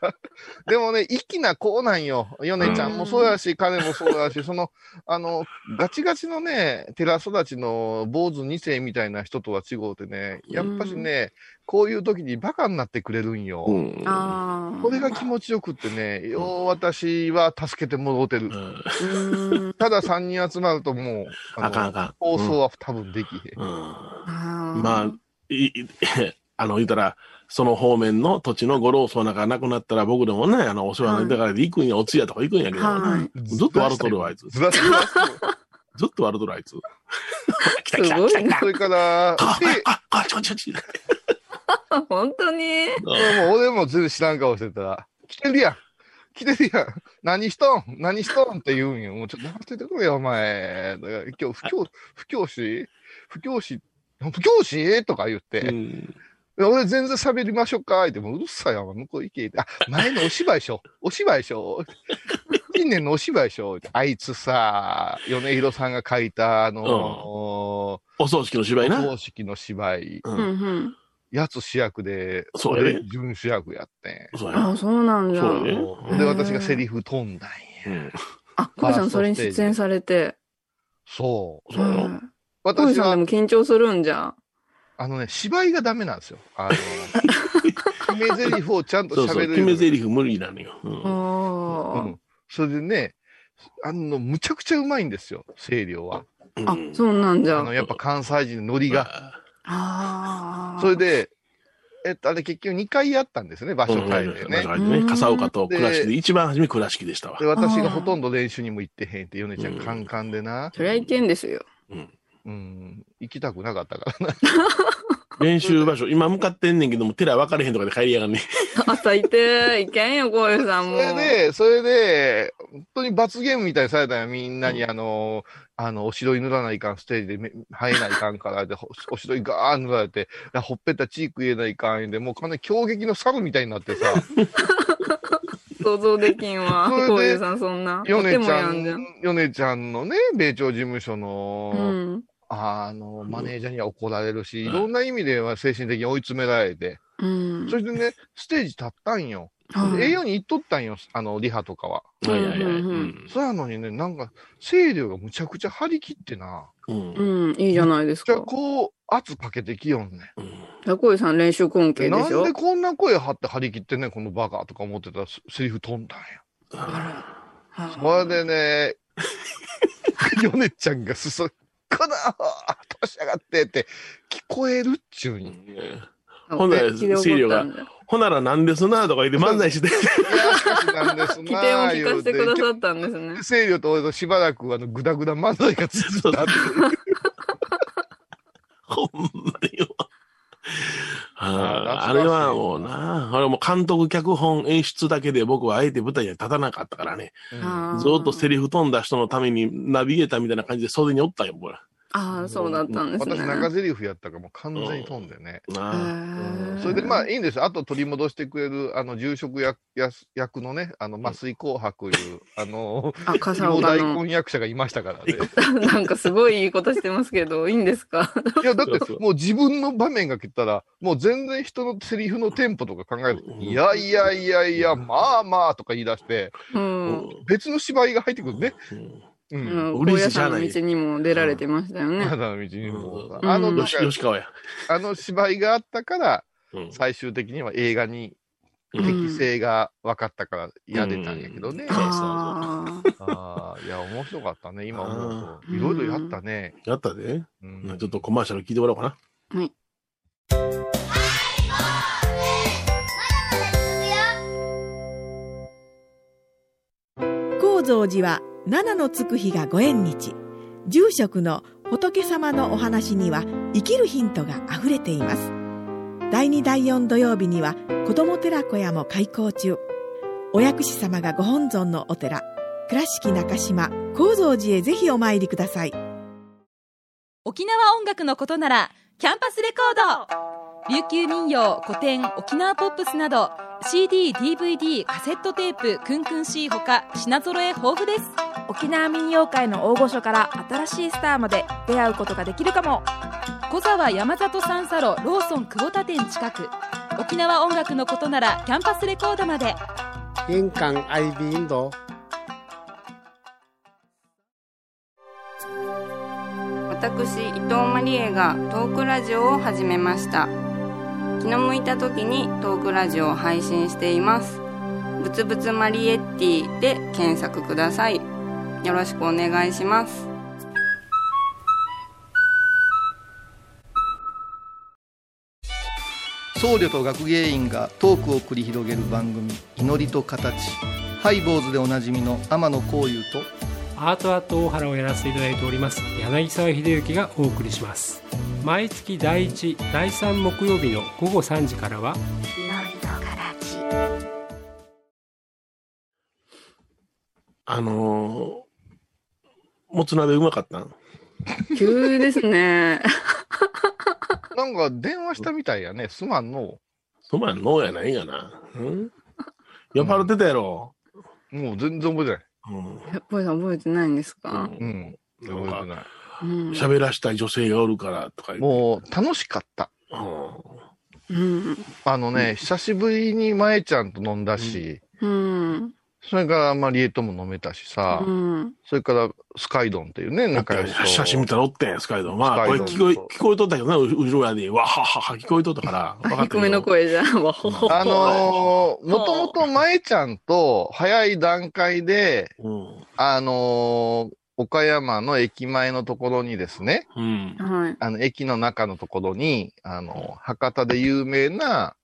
Speaker 3: でもね、粋な子なんよ。ヨネちゃんもそうやし、彼もそうやし、その、あの、ガチガチのね、寺育ちの坊主二世みたいな人とは違うてね、やっぱしね、こういう時にバカになってくれるんよ。
Speaker 4: ん
Speaker 2: ああ。
Speaker 3: これが気持ちよくってね、よう私は助けてもろうてる
Speaker 4: う。ん
Speaker 2: うん。
Speaker 3: ただ3人集まるともう、
Speaker 4: あかんあ
Speaker 3: の、
Speaker 4: かん。
Speaker 3: 放送は多分できへん。
Speaker 4: うん
Speaker 2: あ
Speaker 4: まあ、い、 いあの、言ったら、その方面の土地のご老僧なんかなくなったら僕でもね、あの、お世話になったから行くんや、お通夜とか行くんやけど、
Speaker 2: はい。
Speaker 4: ずっと笑うとるわ、あいつ。ず
Speaker 3: ずらすずらす
Speaker 4: っと笑うとる、あいつ。来た
Speaker 2: す
Speaker 4: 来た
Speaker 2: ご
Speaker 4: 来た
Speaker 2: い
Speaker 4: 来
Speaker 2: な
Speaker 4: た。
Speaker 3: それから、
Speaker 4: あ
Speaker 3: せい、
Speaker 4: あ、あ、ちょちょちょ。
Speaker 2: 本当に
Speaker 3: もう俺も全部知らん顔してたら、来てるやん来てるやん何しとん何しとんって言うんよ。もうちょっと黙っててくれよ、お前。だから今日、不教、不教師不教師不教師とか言って、
Speaker 4: う
Speaker 3: い
Speaker 4: ん
Speaker 3: や俺全然喋りましょうかって、もううるさいわ、向こう行け。あ、前のお芝居しょ。お芝居しょ。近年のお芝居しょ。あいつさ、米広さんが書いた、あのー、お
Speaker 4: お葬式の芝居な。
Speaker 3: 葬式の芝居、
Speaker 4: う
Speaker 2: うん
Speaker 4: ん
Speaker 2: うん。
Speaker 3: やつ主役で、
Speaker 4: そうやね
Speaker 3: 俺準主役やってん。
Speaker 4: そうや
Speaker 2: あ
Speaker 4: な。
Speaker 2: あ、そうなんだ。
Speaker 4: そうやね。
Speaker 3: で、私がセリフ飛んだんや。
Speaker 4: うん
Speaker 2: あ、コウさんそれに出演されて。
Speaker 3: そう。
Speaker 4: そうや
Speaker 2: はいコウ
Speaker 3: 私
Speaker 2: さんで
Speaker 3: は、
Speaker 2: も緊張するんじゃ。
Speaker 3: あのね、芝居がダメなんですよ。 あの、決め台詞をちゃんと
Speaker 4: そうそう、
Speaker 3: 喋れる。
Speaker 4: 決め台詞無理なのよ。う
Speaker 2: あ
Speaker 4: ん
Speaker 3: う
Speaker 2: ー
Speaker 3: ん。それでね、あの、むちゃくちゃうまいんですよ、清涼は。
Speaker 2: あ、そうなんじ
Speaker 3: あ
Speaker 2: ゃ
Speaker 3: の、。やっぱ関西人のノリが。
Speaker 4: が。
Speaker 2: ああ。
Speaker 3: それで、えっと、あれ結局2回やったんですね、場所
Speaker 4: うん
Speaker 3: 変えてね。
Speaker 4: 場所変えて
Speaker 2: う
Speaker 4: ね。
Speaker 2: ん
Speaker 4: 笠岡と倉敷で、一番初め倉敷でしたわ
Speaker 3: で、。私がほとんど練習にも行ってへんって、ヨネちゃんカンカンでな。
Speaker 2: そりゃいけんですよ。
Speaker 4: うん
Speaker 3: うん、行きたくなかったからな。
Speaker 4: 練習場所、今向かってんねんけども、寺分かれへんとかで帰りやがんねん。
Speaker 2: あ、最低。いけんよ、こういうさん
Speaker 3: そ
Speaker 2: も。
Speaker 3: れで、それで、本当に罰ゲームみたいにされたんよ。みんなに、あの、あの、おしろい塗らないかん、ステージでめ入らないかんから、で、ほおしろいガーン塗られて、あほっぺたチーク入れないかん、で、もう完全に強撃のサブみたいになっ てさ、
Speaker 2: 想像できんわ。
Speaker 3: それで
Speaker 2: こういうさん、そんな。
Speaker 3: ヨネ
Speaker 2: とて
Speaker 3: ち
Speaker 2: も
Speaker 3: ゃ
Speaker 2: やんじゃん。
Speaker 3: ん、ヨネちゃんのね、米朝事務所の、
Speaker 2: うん。
Speaker 3: あの、マネージャーには怒られるし、いろんな意味では精神的に追い詰められて、
Speaker 2: うん。
Speaker 3: それでね、ステージ立ったんよ。
Speaker 2: はい
Speaker 3: 栄養に行っとったんよ、あの、リハとかは。
Speaker 2: うん
Speaker 4: はいはいはい。う
Speaker 2: うん
Speaker 4: ん。
Speaker 3: そやのにね、なんか、声量がむちゃくちゃ張り切ってな。
Speaker 4: うん
Speaker 2: うん、いいじゃないです
Speaker 3: じ
Speaker 2: か。
Speaker 3: ゃあ、こう、圧かけてきよんね。
Speaker 2: じゃあこういうさん練習根拠で
Speaker 3: でなん
Speaker 2: しょ
Speaker 3: でこんな声張って張り切ってんねんこのバカとか思ってたら、セセリフ飛んだんよ。
Speaker 2: あー
Speaker 3: それでね、 ヨネちゃんがすそっかなー、し上がってって、聞こえるっちゅうに。
Speaker 4: ほんなら
Speaker 2: 聞いて怒ったんだ
Speaker 4: ほならなんですなとか言って漫才して、
Speaker 3: いや、しかしなんです
Speaker 2: 起
Speaker 3: な
Speaker 2: 点を
Speaker 3: ー、
Speaker 2: 聞
Speaker 3: 言
Speaker 2: か
Speaker 3: う
Speaker 2: せて
Speaker 3: て
Speaker 2: くださったんですね。
Speaker 3: 声量と俺としばらくあのグダグダ漫才が続いたっていう
Speaker 4: ほんまによ。
Speaker 3: 懐かしい
Speaker 4: あーあれはもうな、あれもう監督、脚本、演出だけで僕はあえて舞台には立たなかったからね。
Speaker 3: うん
Speaker 2: あー
Speaker 4: ずっとセリフ飛んだ人のためにナビゲーターみたいな感じで袖におったよ、これ。
Speaker 2: ああ、そうだったんですね。
Speaker 3: 私中セリフやったからもう完全に飛んでね。
Speaker 2: へ
Speaker 4: なあ
Speaker 2: ー
Speaker 3: それでまあいいんです。あと取り戻してくれるあの住職役役のね、あの麻酔紅白いう、あの、
Speaker 2: あ、笠
Speaker 3: 芋
Speaker 2: 岡
Speaker 3: 大
Speaker 2: の。
Speaker 3: 根役者がいましたからね。
Speaker 2: なんかすごいいいことしてますけど、いいんです か
Speaker 3: いや、だってもう自分の場面が来たら、もう全然人のセリフのテンポとか考える。いやいやいやいや、まあまあとか言い出して、
Speaker 2: う。
Speaker 4: うん
Speaker 3: 別の芝居が入ってくるね。
Speaker 4: ん
Speaker 3: う。
Speaker 2: うんん。
Speaker 4: 嬉
Speaker 2: 高
Speaker 4: しい
Speaker 2: 野
Speaker 4: じゃ
Speaker 2: 山
Speaker 4: な
Speaker 2: の
Speaker 4: い
Speaker 2: 道にも出られてましたよ
Speaker 3: ま
Speaker 2: ね。
Speaker 3: だの道にも。
Speaker 2: うん
Speaker 3: あの、
Speaker 2: うん
Speaker 3: な
Speaker 4: よ
Speaker 3: ん
Speaker 4: し
Speaker 3: か
Speaker 4: 吉川や。
Speaker 3: あの芝居があったから、
Speaker 4: うん
Speaker 3: 最終的には映画に
Speaker 4: うん
Speaker 3: 適性が分かったからやれたんやけどね。
Speaker 4: うん
Speaker 2: あ
Speaker 3: ああ、いや、面白かったね、今思うと。
Speaker 2: うん
Speaker 3: いろいろやったね。
Speaker 4: やったで。
Speaker 3: うん
Speaker 4: ちょっとコマーシャル聞いてもらおうかな。
Speaker 2: あ。はい。
Speaker 1: 高蔵寺は七のつく日がご縁日住職の仏様のお話には生きるヒントがあふれています第2第4土曜日には子ども寺小屋も開校中お薬師様がご本尊のお寺倉敷中島・高蔵寺へぜひお参りください
Speaker 5: 沖縄音楽のことならキャンパスレコード琉球民謡古典沖縄ポップスなど CDDVD カセットテープクンクン C ほか品揃え豊富です
Speaker 6: 沖縄民謡界の大御所から新しいスターまで出会うことができるかも
Speaker 5: 小沢山里三佐路ローソン久保田店近く沖縄音楽のことならキャンパスレコードまで
Speaker 7: 印鑑 IB インド
Speaker 2: 私伊藤マリエがトークラジオを始めました気の向いた時にトークラジオを配信していますぶつぶつマリエッティで検索くださいよろしくお願いします
Speaker 8: 僧侶と学芸員がトークを繰り広げる番組「祈りと形」ハイ坊主でおなじみの天野幸雄と
Speaker 9: アートアート大原をやらせていただいております柳沢秀幸がお送りします毎月第1第3木曜日の午後3時からは
Speaker 4: あのー、もつ鍋うまかったん
Speaker 2: 急です ね
Speaker 3: なんか電話したみたいやね、すまんの。
Speaker 4: そばやのやないがな。うん酔っ払ってたやろ。
Speaker 3: もう全然覚えてない。
Speaker 4: うん。
Speaker 2: ボイさん覚えてないんです
Speaker 4: う
Speaker 2: か、
Speaker 3: うん。
Speaker 4: ん
Speaker 3: 覚えてない。
Speaker 2: うん
Speaker 4: 喋らしたい女性がおるからとか言って
Speaker 3: もう楽しかった。
Speaker 2: うん
Speaker 3: あのね、久しぶりにまえちゃんと飲んだし、
Speaker 2: うん
Speaker 3: それからまあリエとも飲めたしさ、
Speaker 2: うん
Speaker 3: それからスカイドンっていうね、仲良しと。
Speaker 4: 写真見たらおってん、スカイド。まあ、
Speaker 3: ス
Speaker 4: こ
Speaker 3: カイ
Speaker 4: れ
Speaker 3: ド
Speaker 4: 聞こえ、聞こえとったけどな、う後ろやで。わははは、聞こえとったから。分かったけ
Speaker 2: 低
Speaker 4: ど
Speaker 2: めの。声じゃんわほほほ
Speaker 3: あのー、もともとまえちゃんと早い段階で、
Speaker 4: うん。
Speaker 3: あのー岡山の駅前のところにですね、
Speaker 4: うん。
Speaker 2: はい
Speaker 3: あの、駅の中のところに、あの、博多で有名な、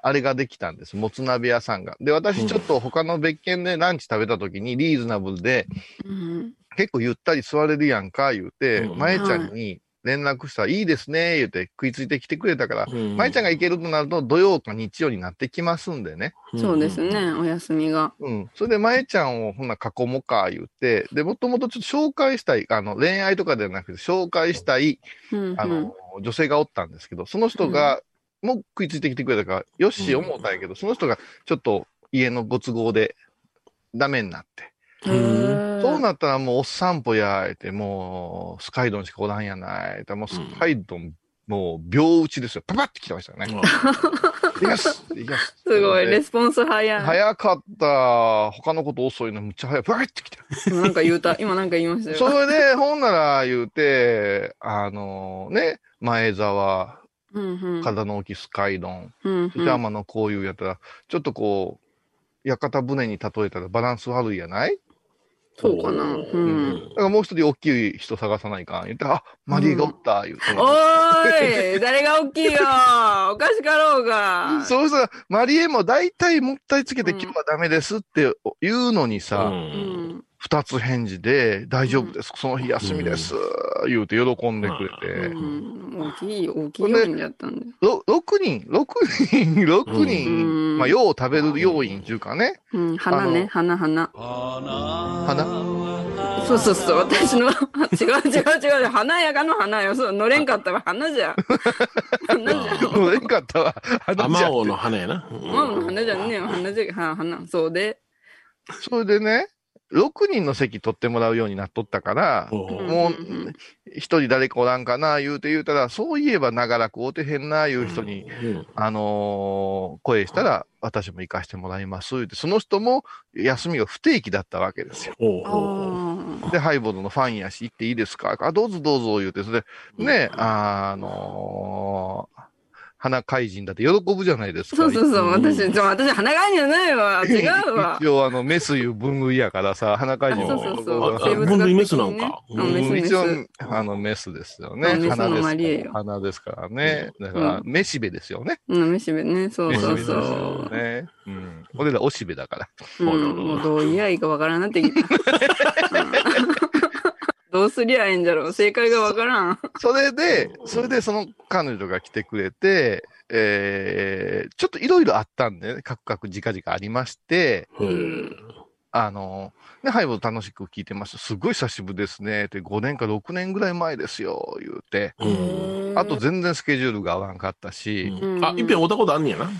Speaker 3: あれができたんです。もつ鍋屋さんが。で、私ちょっと他の別件でランチ食べた時にリーズナブルで、
Speaker 2: うん
Speaker 3: 結構ゆったり座れるやんか、言うて、
Speaker 4: うん
Speaker 3: まえちゃんに、連絡したら、いいですね、言うて食いついてきてくれたから、
Speaker 4: うん
Speaker 3: 舞ちゃんが行けるとなると土曜か日曜になってきますんでね。
Speaker 2: そうです。ね、お休みが。
Speaker 3: うん。それで舞ちゃんをほんな囲もうか、言って、で、もともとちょっと紹介したい、あの、恋愛とかではなくて、紹介したい、
Speaker 2: うんうん
Speaker 3: あの、女性がおったんですけど、その人が、もう食いついてきてくれたから、よし、思ったんやけど、その人がちょっと家のご都合でダメになって。
Speaker 2: へー
Speaker 3: そうなったらもうおっさんぽやーって、もうスカイドンしかおらんやないって、もうスカイドン、もう秒打ちですよ。パパって来てましたね。いきますいきます
Speaker 2: すごい、レ
Speaker 3: で
Speaker 2: スポンス早い。
Speaker 3: 早かった。他のこと遅いのむっちゃ早い。パパって来て。
Speaker 2: 今なんか言うた、今なんか言いました
Speaker 3: そ
Speaker 2: よ。
Speaker 3: れで、ほんなら言うて、あのね、前沢、
Speaker 2: うんうん。
Speaker 3: 体の大きいスカイドン、
Speaker 2: うん
Speaker 3: ジ
Speaker 2: う
Speaker 3: ャー
Speaker 2: ん。
Speaker 3: マのこういうやったら、ちょっとこう、屋形船に例えたらバランス悪いやない
Speaker 2: そうかな。うん。
Speaker 3: だからもう一人大きい人探さないかん。言って、あ、マリーがおった、言うて。
Speaker 2: おーい誰が大きいよおかしかろうが
Speaker 3: そうしたら、マリエも大体もったいつけて
Speaker 2: うん
Speaker 3: 今日はダメですって言うのに
Speaker 4: う
Speaker 3: さ、
Speaker 2: うんん。
Speaker 3: 二、つ返事で、大丈夫です、その日休みです、言うて喜んでく
Speaker 2: う
Speaker 3: れて。
Speaker 2: ん大きい、大きい要因だったんだよ。
Speaker 3: ろ六人、六人、六人、
Speaker 2: うん
Speaker 3: まあ、よう食べる要因っていうかね。
Speaker 2: うん、花
Speaker 3: あ
Speaker 2: ね
Speaker 3: の、
Speaker 2: 花、花。
Speaker 3: 花。
Speaker 2: そうそうそう、私の、違う違う違う、華やかの花よ。そう、乗れんかったわ、花じゃ。花じゃ。
Speaker 3: もうえんかったわ。
Speaker 4: ア
Speaker 3: 花じ
Speaker 4: マ
Speaker 3: ゃ
Speaker 4: オの花やな。う
Speaker 2: うん、花じゃねえよ、花じゃ、は花。そうで。
Speaker 3: それでね、六人の席取ってもらうようになっとったから、
Speaker 4: うん
Speaker 3: もうん
Speaker 2: ん
Speaker 3: 一人誰かおらんかな、言うて言うたら、そういえば長らく会うてへんな、いう人に、
Speaker 4: うん
Speaker 3: あのー声したら、私も行かしてもらいます。って、その人も休みが不定期だったわけですよ。
Speaker 4: ほう
Speaker 2: あ
Speaker 4: ほう
Speaker 2: ー
Speaker 3: で、ハイボールのファンやし、行っていいですかあ、どうぞどうぞ、言うて、それで、ね、あのー花怪人だって喜ぶじゃないですか。
Speaker 2: そうそうそう、
Speaker 4: うん
Speaker 2: 私、ちょ、私、花がんじゃないわ。違うわ。
Speaker 3: 一応、あの、メスいう分類やからさ、花怪人
Speaker 2: あそうそうそう
Speaker 3: あ
Speaker 2: 生物学的にね
Speaker 4: 分類メスなんか
Speaker 2: うんメスメ
Speaker 3: 一応
Speaker 2: ス。、
Speaker 3: あの、メスですよ
Speaker 2: う
Speaker 3: ね。
Speaker 2: んメスの
Speaker 3: 花で
Speaker 2: マリエ
Speaker 3: す
Speaker 2: よ
Speaker 3: から。花ですからね。だから、
Speaker 2: う
Speaker 3: めしべですよね。
Speaker 2: うん、めしべね。そう
Speaker 3: めし
Speaker 2: そ
Speaker 3: べ
Speaker 2: う
Speaker 3: です
Speaker 2: そ
Speaker 3: よ
Speaker 2: う。
Speaker 3: ね。うん。俺らおしべだから。
Speaker 2: うん、もうどう言やいいかわからんなってきた。うんどうすりゃええんじゃろう。正解がわからん。
Speaker 3: それで、それでその彼女が来てくれて、えー、ちょっといろいろあったんでね、カクカクじかじかありまして、
Speaker 4: へえ
Speaker 3: あの、ね、ハイボー楽しく聞いてました。すごい久しぶりですね。って5年か6年ぐらい前ですよ、言うて。
Speaker 4: うん
Speaker 3: あと全然スケジュールが合わんかったし、
Speaker 2: うん
Speaker 4: あ、いっぺん会うたことあんねやな。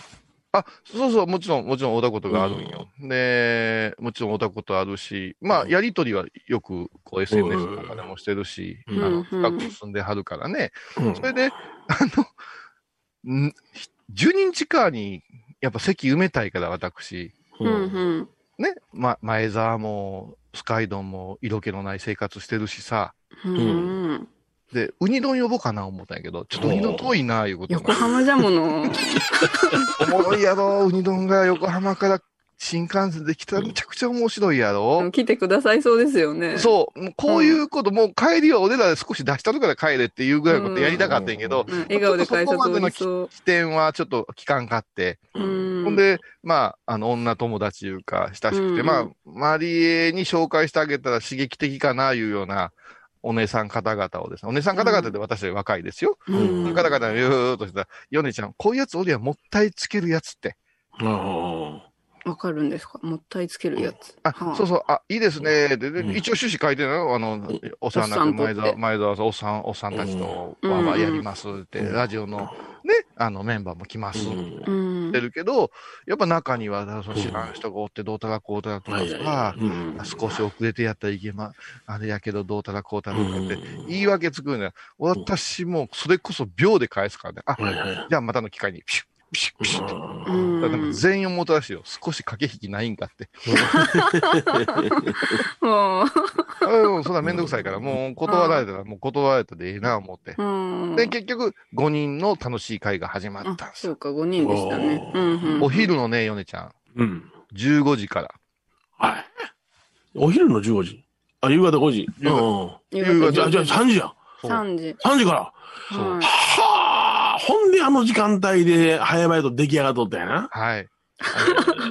Speaker 3: あ、そうそう、もちろん、もちろん、おたことがあるんよ。で、もちろん、おたことあるし、まあ、やりとりはよく、こう、SNS とかでもしてるし、あ
Speaker 4: うん
Speaker 3: の、
Speaker 2: うん
Speaker 3: 深く進んではるからね。
Speaker 4: うん
Speaker 3: それで、あの、んひ10人近に、やっぱ席埋めたいから、私。
Speaker 2: うんうん。
Speaker 3: ね、ま、前澤も、スカイドンも、色気のない生活してるしさ。
Speaker 2: うん。
Speaker 3: で、ウニ丼呼ぼうかな思ったんやけど、ちょっとウニ丼遠いな、いうことにな
Speaker 2: 横浜じゃもの。
Speaker 3: おもろいやろ、ウニ丼が横浜から新幹線で来たらめちゃくちゃ面白いやろ。
Speaker 2: 来てくださいそうですよね。
Speaker 3: そう、もうこういうこと、もう帰りは俺らで少し出したとから帰れっていうぐらいのことやりたかったんやけど、
Speaker 2: うん。笑顔で会社通りそう。
Speaker 3: 起点はちょっと期間があって、
Speaker 2: うん。
Speaker 3: ほんで、まあ、あの、女友達いうか、親し
Speaker 2: う
Speaker 3: く
Speaker 2: んう
Speaker 3: て、
Speaker 2: ん
Speaker 3: まあ、マリエに紹介してあげたら刺激的かな、いうような、お姉さん方々をですね、お姉さん方々で私より若いですよ。
Speaker 2: う
Speaker 3: その
Speaker 2: ん、
Speaker 3: 方々がゆーっとしたら、ヨネちゃん、こういうやつ俺はもったいつけるやつって。
Speaker 4: あ
Speaker 2: わかるんですかもったいつけるやつ。
Speaker 3: あ、
Speaker 2: はあ
Speaker 3: そうそう、あ、いいですね。で、で
Speaker 4: うん
Speaker 3: 一応趣旨書いてるのあの、お世話になっ
Speaker 2: お
Speaker 3: て
Speaker 2: っさんぽって
Speaker 3: 前澤、前澤さん、おっさん、おっさんたちと、
Speaker 2: うん
Speaker 3: わーわーやりますって、
Speaker 4: うん
Speaker 3: ラジオの、ね、あの、メンバーも来ま
Speaker 4: あ。
Speaker 3: す。
Speaker 4: う
Speaker 3: っ
Speaker 4: ん
Speaker 2: うん
Speaker 3: て。るけど、やっぱ中には、だから知らん人がおって、どうたらこうたらとか
Speaker 4: はい
Speaker 3: さ
Speaker 4: は、い。うん
Speaker 3: あ少し遅れてやったらいけま、あれやけどどうたらこうたらとかって
Speaker 4: うん、
Speaker 3: 言い訳作るのよ。私も、それこそ秒で返すからね。あ、
Speaker 4: はいはい。
Speaker 3: じゃあまたの機会に、ピシュッ、ピシュッ、ピシュッと。
Speaker 2: う
Speaker 3: だからなんか
Speaker 2: ん。
Speaker 3: 全員思ったらしいよ。少し駆け引きないんかって。
Speaker 2: も
Speaker 3: うんうん、そんなめんどくさいから、もう断られたら、もう断られたでええな思って。
Speaker 2: う、うん。
Speaker 3: で、結局、5人の楽しい会が始まっ
Speaker 2: あ
Speaker 3: たん、です
Speaker 2: そ
Speaker 3: よ。
Speaker 2: うか、5人でしたね。うんうん。
Speaker 3: お昼のね、ヨネちゃん、
Speaker 4: うん。
Speaker 3: 15時から。
Speaker 4: はい。お昼の15時。あ、夕方5時。
Speaker 3: 夕方
Speaker 4: う
Speaker 2: 夕
Speaker 4: ん。
Speaker 2: 方
Speaker 4: じゃあ、じゃあ3時やん。
Speaker 2: 3時。
Speaker 4: 3時から。
Speaker 2: は
Speaker 4: はあほんであの時間帯で早々と出来上がっとった やな。
Speaker 3: はい。
Speaker 2: い。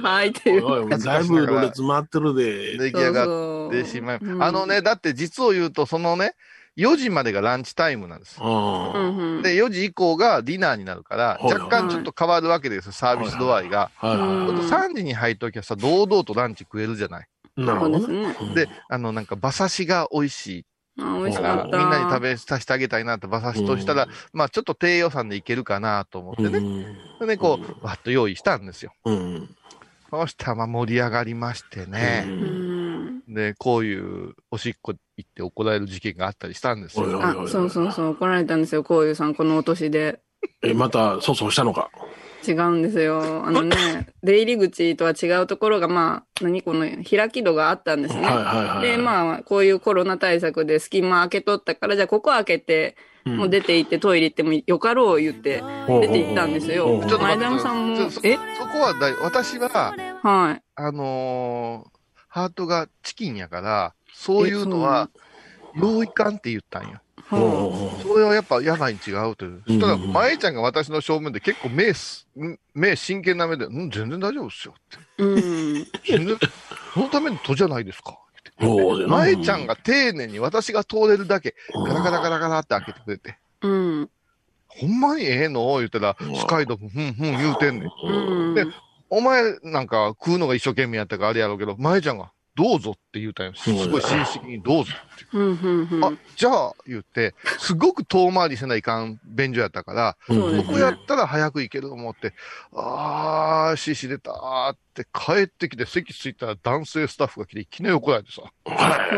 Speaker 2: はい、って
Speaker 4: おい
Speaker 2: いう。
Speaker 4: おい、だいぶろれつ回ってるで。
Speaker 3: 出来上がっ
Speaker 2: って
Speaker 3: しまい。
Speaker 2: そうそう
Speaker 3: あのね、だって実を言うと、そのね、 4時までがランチタイムなんです。
Speaker 4: あ
Speaker 2: う
Speaker 4: ー
Speaker 2: んうん
Speaker 3: で、4時以降がディナーになるから、
Speaker 4: はい
Speaker 3: 若干ちょっと変わるわけですよ、サービス度合いが。
Speaker 4: はいは
Speaker 3: ちょっと3時に入っときはさ、堂々とランチ食えるじゃない。
Speaker 4: い。なるほど
Speaker 2: そう
Speaker 4: ね。
Speaker 2: ですね。
Speaker 4: うん
Speaker 3: で、あの、なんか、馬刺しが美味しい
Speaker 2: あ美
Speaker 4: 美
Speaker 2: 味
Speaker 4: 味
Speaker 2: し
Speaker 3: か
Speaker 4: しか
Speaker 2: か
Speaker 3: ら、
Speaker 2: っ。
Speaker 4: ったた
Speaker 3: みんなに食べさせてあげたいなって、馬刺しとしたら、まあ、ちょっと低予算でいけるかなと思って
Speaker 4: う
Speaker 3: ね。
Speaker 4: ん、
Speaker 3: それで、こ
Speaker 4: うん
Speaker 3: う、わっと用意したんですよ。
Speaker 4: うん。
Speaker 3: そしたら、まあ、盛り上がりましてね。
Speaker 4: うん
Speaker 2: うん。
Speaker 3: で、こういうおしっこ行って怒られる事件があったりしたんです
Speaker 4: おいお
Speaker 3: よ。
Speaker 4: い
Speaker 2: あ
Speaker 4: おいお、い
Speaker 2: そうそうそう、怒られたんですよ、こういうさん、このお年で。
Speaker 4: え、また、粗相したのか。
Speaker 2: 違うんですよ。あの ね、出入り口とは違うところが、まあ、何この開き戸があったんです
Speaker 4: はい
Speaker 2: ね。
Speaker 4: はいはい。
Speaker 2: で、まあ、こういうコロナ対策で隙間開けとったから、じゃあここ開けて、
Speaker 4: うん
Speaker 2: もう出て行ってトイレ行ってもよかろう言って、出て行ったんですよ
Speaker 4: ほうほう
Speaker 3: ちょっと待
Speaker 2: 前
Speaker 3: って
Speaker 2: 田さんも
Speaker 3: ちょっとそ、
Speaker 2: え
Speaker 3: そこは大、私は、
Speaker 2: は
Speaker 3: あのーハートがチキンやから、そういうのは、用意感って言ったんよ。
Speaker 2: い。
Speaker 4: ほうほう
Speaker 2: は
Speaker 4: ほう
Speaker 3: それはやっぱやばいに違うという。そしたら、まえちゃんが私の正面で結構目す、ん目真剣な目で、うん、全然大丈夫ですよって。
Speaker 2: い。うん。
Speaker 3: 全 然、そのための戸じゃないですか。
Speaker 4: ほうでな
Speaker 3: まえちゃんが丁寧に私が通れるだけ、ガラガラガラガラって開けてくれて、
Speaker 2: うん。
Speaker 3: ほんまにええの言ったら、スカイドも、ふんふん言うてんねん。
Speaker 2: うん。
Speaker 3: でお前なんか食うのが一生懸命やったからあれやろうけど、まえちゃんが、どうぞって言うたんよ。すごい親戚にどうぞ。
Speaker 2: うん。うん。うん。
Speaker 3: あ、じゃあ言って、すごく遠回りせないかん便所やったから、
Speaker 2: そうです
Speaker 3: そこやったら早く行けると思って、あー、しし出たーって帰ってきて席着いたら男性スタッフが来ていきなり怒られてさ、
Speaker 2: そ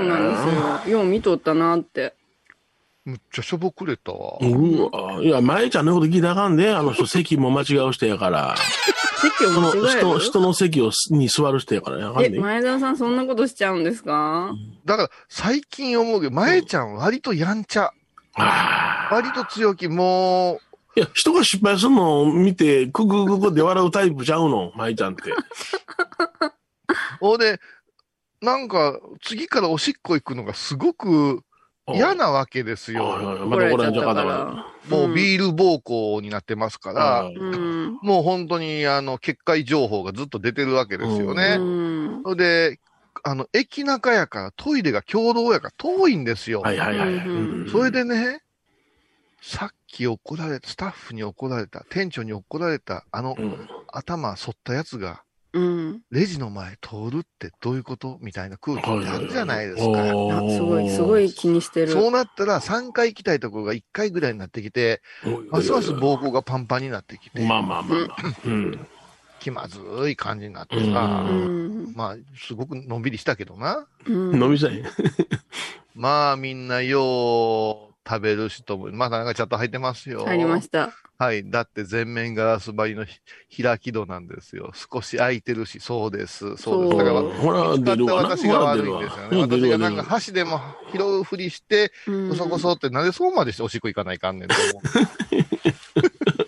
Speaker 2: うなんですよ。よう見とったなって。
Speaker 3: むっちゃしょぼくれたわ。
Speaker 4: うわいや、前ちゃんのこと聞いたらあかんで、あの人、席も間違う人やから。
Speaker 2: 席を
Speaker 4: その
Speaker 2: 間違え
Speaker 4: 人、
Speaker 2: る
Speaker 4: 人の席をすに座る人やからやあかん
Speaker 2: え、
Speaker 4: で。
Speaker 2: 前田さんそんなことしちゃうんですか
Speaker 3: だから最近思うけど、まえちゃん割とやんちゃ、
Speaker 4: ああ。
Speaker 3: 割と強気、も
Speaker 4: いや、人が失敗するのを見て、ククククで笑うタイプちゃうの、舞ちゃんって。
Speaker 3: う、ほんで、なんか次からおしっこ行くのがすごく嫌なわけです
Speaker 4: おいおい
Speaker 3: よ。
Speaker 4: おい
Speaker 2: 怒
Speaker 4: また
Speaker 2: られち
Speaker 4: 怒ら
Speaker 2: ゃ
Speaker 4: れ
Speaker 2: っ
Speaker 4: ちゃ
Speaker 2: たか。
Speaker 4: うから
Speaker 3: もうビール暴行になってますから、
Speaker 4: ら。
Speaker 2: うん。
Speaker 3: もう本当にあの結界情報がずっと出てるわけですよね。
Speaker 2: うん。
Speaker 3: それで、あの、駅中やからトイレが共同やから遠いんですよ。
Speaker 4: はいはいはい。
Speaker 2: うん
Speaker 4: うん
Speaker 3: それ、でね、さっき怒られた、スタッフに怒られた、店長に怒られた、あの、
Speaker 4: うん
Speaker 3: 頭剃ったやつが、
Speaker 2: うん。
Speaker 3: レジの前通るってどういうことみたいな空気になるじゃないですか。
Speaker 2: あすごい、すご。い気にしてる。
Speaker 3: そうなったら3回行きたいところが1回ぐらいになってきて、ますます膀胱がパンパンになってきて、
Speaker 4: まあまあまあまあ。うん。
Speaker 3: 気まずい感じになって
Speaker 2: う
Speaker 3: さ、
Speaker 2: ん。
Speaker 3: まあ、すごくのんびりしたけどな。
Speaker 2: うん
Speaker 4: 飲みたい。
Speaker 3: まあみんなよう食べるしと思う。まだなんかちゃんと入ってますよ。
Speaker 2: 入りました。
Speaker 3: はい。だって全面ガラス張りのひ開き戸なんですよ。少し開いてるし、そうです。そうです。だから、
Speaker 4: ほら、
Speaker 3: 使
Speaker 4: 出
Speaker 3: っ
Speaker 4: る
Speaker 3: た
Speaker 4: わな。
Speaker 3: 私が悪いんですよね。
Speaker 4: ほら出る
Speaker 3: 私が
Speaker 4: わ
Speaker 3: なんか箸でも拾うふりして、
Speaker 2: うん
Speaker 3: こそこそって、なんでそうまでしておしっこ行かないかんねんと思う。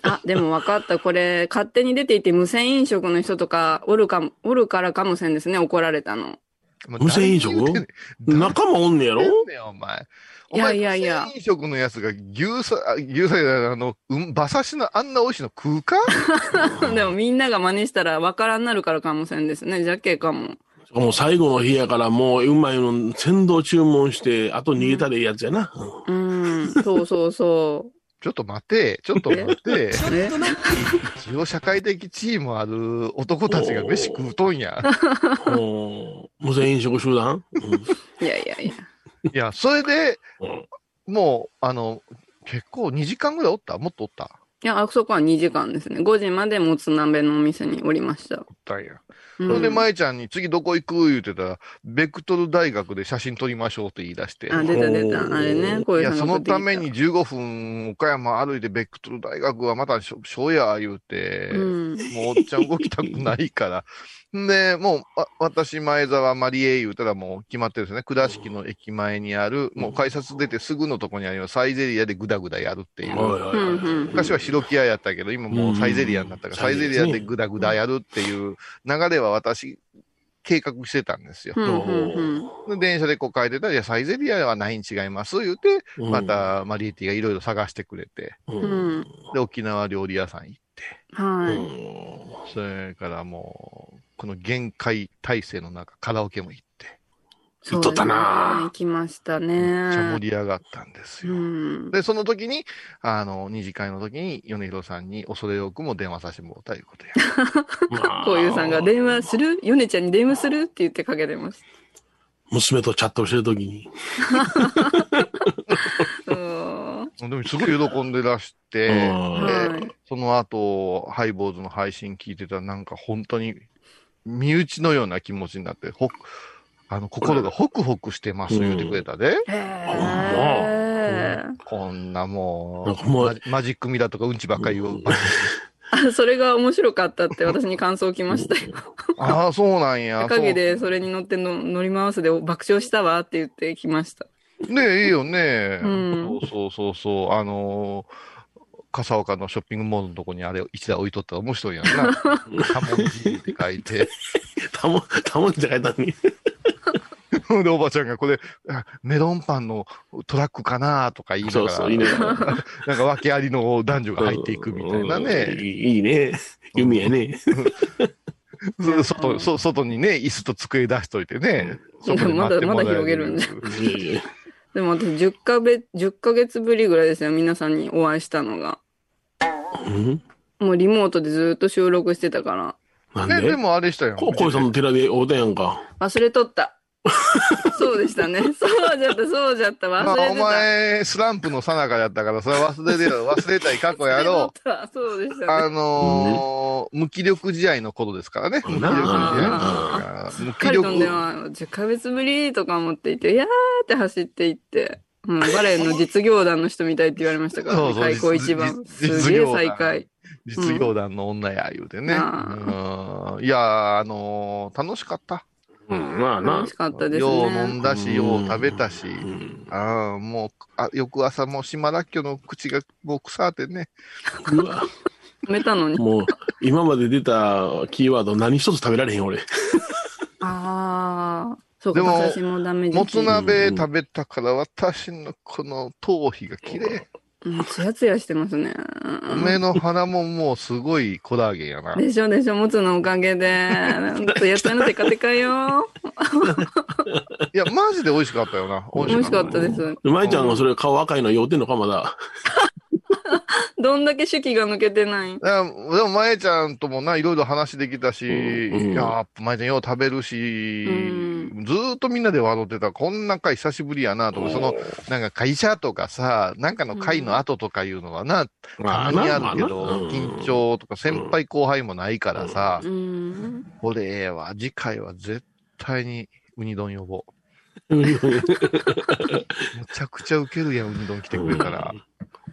Speaker 2: あ、でも分かった。これ、勝手に出ていて無線飲食の人とか、おるかも、おるからかもせんですね、怒られたの。
Speaker 3: もう
Speaker 4: 無線飲食
Speaker 3: 誰に言うてんねん
Speaker 4: 仲間おんねやろ
Speaker 3: 誰に言うてんねんお前。お前
Speaker 2: いやいやいや
Speaker 3: 無線飲食のやつが牛さ、あ牛さ、あの、うん、馬刺しのあんな美味しいの食うか
Speaker 2: でもみんなが真似したら分からんなるからかもせんですね、じゃけかも。
Speaker 4: もう最後の日やから、もううまいの先導注文して、あと逃げたでいいやつ やな。
Speaker 2: うん、そうそうそ
Speaker 3: ちょっと待て、ちょっと待て。
Speaker 2: う。え
Speaker 3: 一応社会的地位もある男たちが飯食うとんや。
Speaker 4: お無線飲食集団
Speaker 2: いやいやいや。
Speaker 3: いや、それで
Speaker 4: うん、
Speaker 3: もう、あの、結構2時間ぐらいおったもっとおった
Speaker 2: いや、あそこは2時間ですね。5時までもつ鍋のお店におりました。
Speaker 3: おったんや。
Speaker 2: うん
Speaker 3: それで、舞ちゃんに次どこ行く言うてたら、ベクトル大学で写真撮りましょうって言い出して。
Speaker 2: あ、出た出た。あれね、こう
Speaker 3: い
Speaker 2: いう
Speaker 3: や、
Speaker 2: 話
Speaker 3: そ
Speaker 2: が
Speaker 3: の
Speaker 2: 出てき
Speaker 3: ために15分、岡山歩いてベクトル大学はまたしょ、しょや言うて、
Speaker 2: うん。
Speaker 3: もうおっちゃん動きたくない から。んで、もう、あ私、前沢マリエ言うたらもう決まってるんですね。倉敷の駅前にある、もう改札出てすぐのとこにあるよサイゼリアでグダグダやるっていう。
Speaker 2: うんうん
Speaker 3: 昔は白木屋やったけど、今もうサイゼリアになったから、サ
Speaker 4: う
Speaker 3: イ
Speaker 4: ん
Speaker 3: ゼリアでグダグダやるっていう流れは私、計画してたんですよ。
Speaker 2: うんうんうん
Speaker 3: で電車でこう書いてたら、いや、サイゼリアはないに違います、言うて、またマリエティがいろいろ探してくれて、
Speaker 4: う。
Speaker 2: うんん。
Speaker 3: で、沖縄料理屋さん行って
Speaker 2: はい。
Speaker 3: それからもう、この限界体制の中、カラオケも行って。
Speaker 4: 言っとったな
Speaker 2: 行きましたね。
Speaker 3: めっちゃ盛り上がったんです
Speaker 2: う
Speaker 3: よ。
Speaker 2: ん。
Speaker 3: で、その時に、あの、二次会の時に、米広さんに恐れ多くも電話させてもらったいうことや。
Speaker 4: まあ
Speaker 2: こういうさんが電話するヨネちゃんに電話するって言ってかけてます。
Speaker 4: 娘とチャットしてるときに。
Speaker 2: うん。
Speaker 3: でも、すごい喜んでらし
Speaker 4: う
Speaker 3: て、
Speaker 4: ん
Speaker 2: はい。
Speaker 3: その後、ハイボーズの配信聞いてたら、なんか本当に、身内のような気持ちになって、ほく、あの、心がホクホクしてます、言ってくれたで。
Speaker 2: へ
Speaker 4: あ
Speaker 2: え。
Speaker 3: こんなも
Speaker 4: なんか
Speaker 3: う、
Speaker 4: もう
Speaker 3: マジマジックミラーとかうんちばっかり言う。
Speaker 2: あ、 それが面白かったって私に感想来ましたよ。
Speaker 3: ああ、そうなんや。
Speaker 2: おかげでそれに乗っての乗り回すで爆笑したわって言ってきました。
Speaker 3: そう。ねえ、いいよね。
Speaker 2: うん
Speaker 3: そうそうそうそう。あのー笠岡のショッピングモールのとこにあれ一台置いとったら面白いや んな。カモンジーって書いて。
Speaker 4: たも、たもんじゃ書いたのに。
Speaker 3: で、おばちゃんがこれ、あメロンパンのトラックかなとか言いなが
Speaker 4: そう
Speaker 3: ら、
Speaker 4: そう、いいね。
Speaker 3: なんか訳ありの男女が入っていくみたいな
Speaker 4: うん
Speaker 3: ね。
Speaker 4: いいいいね。弓やね。
Speaker 3: そう外そ外にね、椅子と机出しといてね。そこで
Speaker 2: ま
Speaker 3: 待っ
Speaker 2: だ
Speaker 3: て
Speaker 2: ま
Speaker 3: も
Speaker 2: だ
Speaker 3: らえ
Speaker 2: 広げるんで。
Speaker 4: い
Speaker 2: でも私10ヶ月、10ヶ月ぶりぐらいですよ。皆さんにお会いしたのが。
Speaker 4: うん
Speaker 2: もうリモートでずっと収録してたから。
Speaker 4: なん
Speaker 3: ね、
Speaker 4: で
Speaker 3: でもあれしたよ、
Speaker 4: ここいさんの寺で会うたやんか。
Speaker 2: 忘れと った。そうでしたね。そうじゃった、そうじゃった。
Speaker 3: ま
Speaker 2: 忘
Speaker 3: あ、
Speaker 2: れ
Speaker 3: お
Speaker 2: てた。
Speaker 3: 前、スランプのさなかやったから、それは忘れるよ。忘れたい過去やろ
Speaker 2: 忘れとったそうでし
Speaker 3: う。
Speaker 2: たね。
Speaker 3: あのー無気力試合の頃ですからね。無気力試合。無気
Speaker 2: カルトンで
Speaker 3: 力。
Speaker 2: は10ヶ月ぶりとか思っていて、いやーって走っていって、もうバレエの実業団の人みたいって言われましたから、
Speaker 3: そう
Speaker 2: ね、
Speaker 3: そう
Speaker 2: 開口一
Speaker 3: 実
Speaker 2: 番。
Speaker 3: 実
Speaker 2: すげ
Speaker 3: 実業
Speaker 2: え
Speaker 3: 団
Speaker 2: 最下位。
Speaker 3: 実業団の女や、言うてね。
Speaker 2: う
Speaker 3: うんんいやー、あのー楽しかった。
Speaker 4: うん、まあな
Speaker 2: 楽し。かったです
Speaker 3: よう飲
Speaker 2: ね。
Speaker 3: んだし、よう食べたし。
Speaker 4: うん
Speaker 3: ああ、もう、あ翌朝もう島らっきょの口がもう腐ってね。
Speaker 4: うわ
Speaker 2: 止めたのに。
Speaker 4: もう、今まで出たキーワード何一つ食べられへん、俺。
Speaker 2: ああ。そうか、
Speaker 3: でも
Speaker 2: 私もダメ
Speaker 3: も
Speaker 2: で
Speaker 3: つ
Speaker 2: す。
Speaker 3: 鍋食べたから私のこの頭皮が綺麗。
Speaker 2: うん、ツヤツヤしてますね。
Speaker 3: 目の鼻ももうすごいコラーゲンやな。
Speaker 2: でしょでしょ、もつのおかげで。ツヤツヤのテカテカよ。
Speaker 3: いや、マジで美味しかったよな。
Speaker 2: 美味しかったです。
Speaker 4: 舞ちゃんがそれ顔赤いの酔うてんのか、まだ。
Speaker 2: どんだけ手記が抜けてない
Speaker 3: いやでも、まえちゃんともな、いろいろ話できたし、
Speaker 4: うん
Speaker 3: いや、まえちゃんよう食べるし、
Speaker 2: う
Speaker 3: ずーっとみんなで笑ってた。こんな回久しぶりやな、とか、その、なんか会社とかさ、なんかの会の後とかいうのはな、
Speaker 4: ま
Speaker 3: た
Speaker 4: あ
Speaker 3: ま
Speaker 4: な
Speaker 3: にあるけ
Speaker 4: まあな
Speaker 3: ど、
Speaker 4: うん
Speaker 3: 緊張とか先輩後輩もないからさ
Speaker 2: う、ん。
Speaker 3: これええわ、次回は絶対にウニ丼呼ぼう。むちゃくちゃウケるやん、ウニ丼来てくれたら。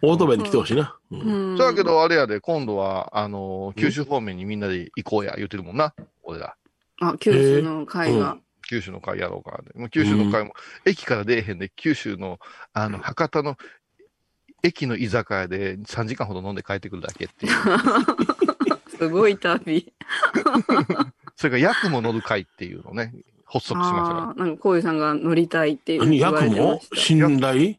Speaker 4: オートバイで来てほしいな。う
Speaker 2: うんん。
Speaker 3: そうやけど、あれやで、今度は、あの、九州方面にみんなで行こうや、言ってるもんな、俺ら。
Speaker 2: あ、九州の会
Speaker 4: う
Speaker 2: が。
Speaker 3: 九州の会やろうかで。もう九州の会も、駅から出えへんで、九州の、あの、博多の、駅の居酒屋で3時間ほど飲んで帰ってくるだけっていう。
Speaker 2: すごい旅。
Speaker 3: それから、役も乗る会っていうのをね、発足しましたから。
Speaker 2: ああー、なんかこういうさんが乗りたいって
Speaker 4: 何、
Speaker 2: 言わ
Speaker 4: 役
Speaker 2: れてま
Speaker 4: も
Speaker 2: した。
Speaker 4: 信頼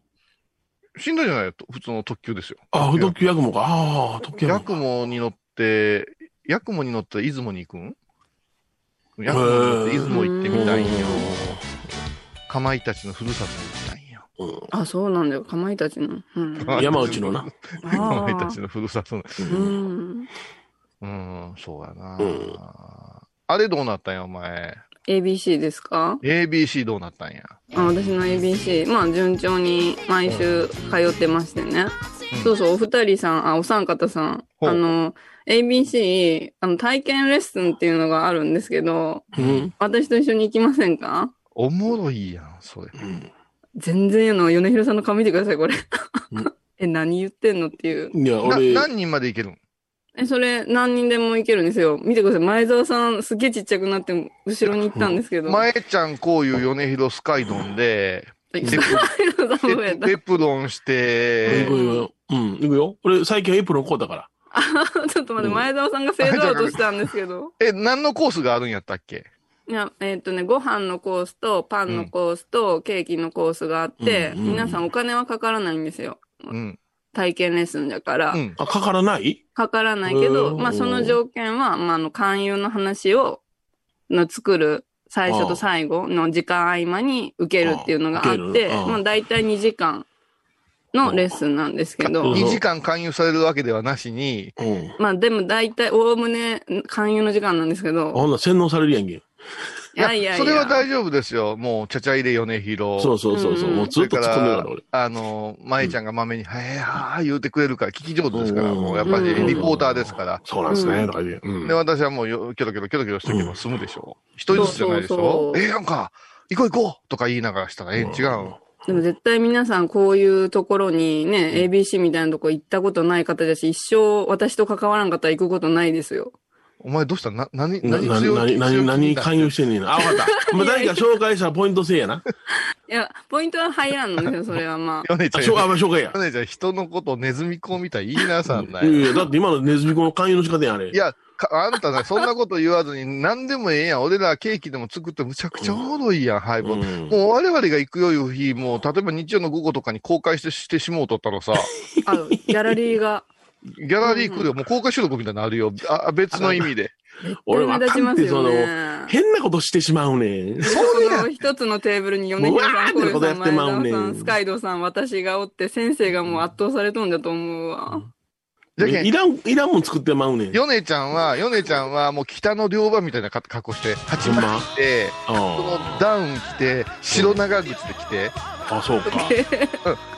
Speaker 3: しんどいじゃないよ、と普通の特急ですよ。
Speaker 4: あ、不特急役もか。ああ、特急
Speaker 3: ヤ
Speaker 4: 役
Speaker 3: ク
Speaker 4: も。
Speaker 3: モに乗って、ヤクモに乗って出雲に行くんヤクモに乗って出雲行ってみたいんよ。かまいたちのふるさとに行きたいんよ。
Speaker 2: あ、そうなんだよ。かまいたちの。うん。
Speaker 4: うん山内のな。
Speaker 2: あ
Speaker 3: かまいた
Speaker 2: ー
Speaker 3: ちのふるさとの。
Speaker 2: うん。
Speaker 3: うん、そうやな、
Speaker 4: うん
Speaker 3: あれどうなったんや、お前。
Speaker 2: ABC ですか
Speaker 3: ABC どうなったんや。
Speaker 2: あ私の ABC まあ順調に毎週通ってましてね、
Speaker 3: うん
Speaker 2: そうそうお二人さんあお三方さん
Speaker 3: ほう
Speaker 2: あの ABC あの体験レッスンっていうのがあるんですけど
Speaker 4: うん。
Speaker 2: 私と一緒に行きませんか
Speaker 3: おもろいやん、それ。
Speaker 2: 全然あの米広さんの顔見てくださいこれ
Speaker 4: うん
Speaker 2: え何言ってんのっていう
Speaker 4: いや、
Speaker 3: な
Speaker 4: 俺、
Speaker 3: 何人まで行けるん
Speaker 2: えそれ何人でも行けるんですよ見てください前澤さんすげえちっちゃくなって後ろに行ったんですけど
Speaker 3: 前ちゃんこういう米広スカイドンで、
Speaker 2: 前
Speaker 3: エプ
Speaker 2: 澤さん増え
Speaker 3: エ
Speaker 2: た
Speaker 3: プエプロンし
Speaker 4: 行
Speaker 3: て
Speaker 4: く、よ。うん、行くよ。俺、最近エプロン買うたから。
Speaker 2: ちょっと待って前澤さんがフェードアウトしたんですけど
Speaker 3: え、何のコースがあるんやったっけ
Speaker 2: いや、えーっ、とね、ご飯のコースと、パンのコースと、ケーキのコースがあって、
Speaker 4: うんうん
Speaker 2: 皆さんお金はかからないんですよ。
Speaker 3: うん。
Speaker 2: 体験レッスンだから。
Speaker 3: うん。
Speaker 4: あ、かからない
Speaker 2: かからないけど、
Speaker 4: うん
Speaker 2: まあその条件は、まああの、勧誘の話を、の作る最初と最後の時間合間に受けるっていうのがあ
Speaker 4: あ
Speaker 2: っ
Speaker 4: 受け
Speaker 2: て、
Speaker 4: るあ
Speaker 2: まあ大体2時間のレッスンなんですけど、
Speaker 4: うん
Speaker 3: 2時間勧誘されるわけではなしに、
Speaker 4: うん。
Speaker 2: まあでも大体おおむね勧誘の時間なんですけど、
Speaker 4: ほんなら洗脳されるやんけ。
Speaker 2: いやいやいや。
Speaker 3: それは大丈夫ですよ。もう、ちゃちゃ入れ米広。
Speaker 4: そうそうそうそう。
Speaker 2: うん
Speaker 4: もうずっと突っ込んでるから
Speaker 3: それ
Speaker 4: 俺。
Speaker 3: からあの、舞ちゃんがまめに、へえ、はー言うてくれるから、聞き上手ですから、
Speaker 4: うん
Speaker 3: もうやっぱり
Speaker 2: うん
Speaker 3: リポーターですから。
Speaker 4: そうなんです
Speaker 2: う
Speaker 4: ね。
Speaker 2: ん
Speaker 4: とか言ってうん
Speaker 3: で、私はもうよ、キョロキョロキョロキョロしてけば済むでしょ。一人ずつじゃないでし
Speaker 2: そうそ
Speaker 3: ょ
Speaker 2: う。そう
Speaker 3: ええやんか、行こう行こうとか言いながらしたら、ええん違う。
Speaker 2: でも絶対皆さんこういうところにね、ABC みたいなとこ行ったことない方だし、一生私と関わらんかったら行くことないですよ。
Speaker 3: お前どうしたな、何、
Speaker 4: な
Speaker 3: 何
Speaker 4: 何、
Speaker 3: 強
Speaker 4: 何、
Speaker 3: い
Speaker 4: 何、何
Speaker 3: 強
Speaker 4: 勧
Speaker 3: い
Speaker 4: 誘してんねんな。あ、わか った。まあ、誰か紹介したらポイント 制やな。
Speaker 2: いや、ポイントは入らんのですよ、それはまあ。
Speaker 3: 米ち
Speaker 4: あ、
Speaker 3: ゃん、
Speaker 4: 紹介、あまあ紹介や。
Speaker 3: 米ちゃん、人のことをネズミ子みたいに言いなさ んないい。
Speaker 4: やいや、だって今のネズミ子の勧誘の仕方やん、あれ。
Speaker 3: いや、かあんたね、そんなこと言わずに、何でもええやん。俺らケーキでも作ってむちゃくちゃおもろいやん、ハイボ
Speaker 4: う
Speaker 3: ール。
Speaker 4: ん、
Speaker 3: もう我々が行くよいう日、もう例えば日曜の午後とかに公開してしてしもうとったらさ、
Speaker 2: あギャラリーが。
Speaker 3: ギャラリー来るよ、もう公開収録みたいになるよ。あ別の意味で。
Speaker 4: 俺
Speaker 2: 目
Speaker 4: わ
Speaker 2: 立
Speaker 4: か
Speaker 2: ち
Speaker 4: ん
Speaker 2: ま
Speaker 4: っ
Speaker 2: す
Speaker 4: て、そ
Speaker 2: よ
Speaker 4: の、
Speaker 2: ね。
Speaker 4: 変なことしてしまうねん。
Speaker 2: その一つのテーブルに米広さん、
Speaker 4: うわーって
Speaker 2: 小
Speaker 4: こと
Speaker 2: さ
Speaker 4: や
Speaker 2: ん、
Speaker 4: って
Speaker 2: 前
Speaker 4: まうね
Speaker 2: 田さん、スカイドさん、私がおって、先生がもう圧倒されとんだと思うわ。
Speaker 3: じゃけん
Speaker 4: い、らん、いらんもん作ってまうねん。
Speaker 3: ヨネちゃんは、ヨネちゃんはもう北の両場みたいな格好して、八
Speaker 4: ほん
Speaker 3: 枚
Speaker 4: ま
Speaker 3: 着て、この
Speaker 4: あ
Speaker 3: ダウン着て、白長靴で着て、
Speaker 4: あ、あ、そうか。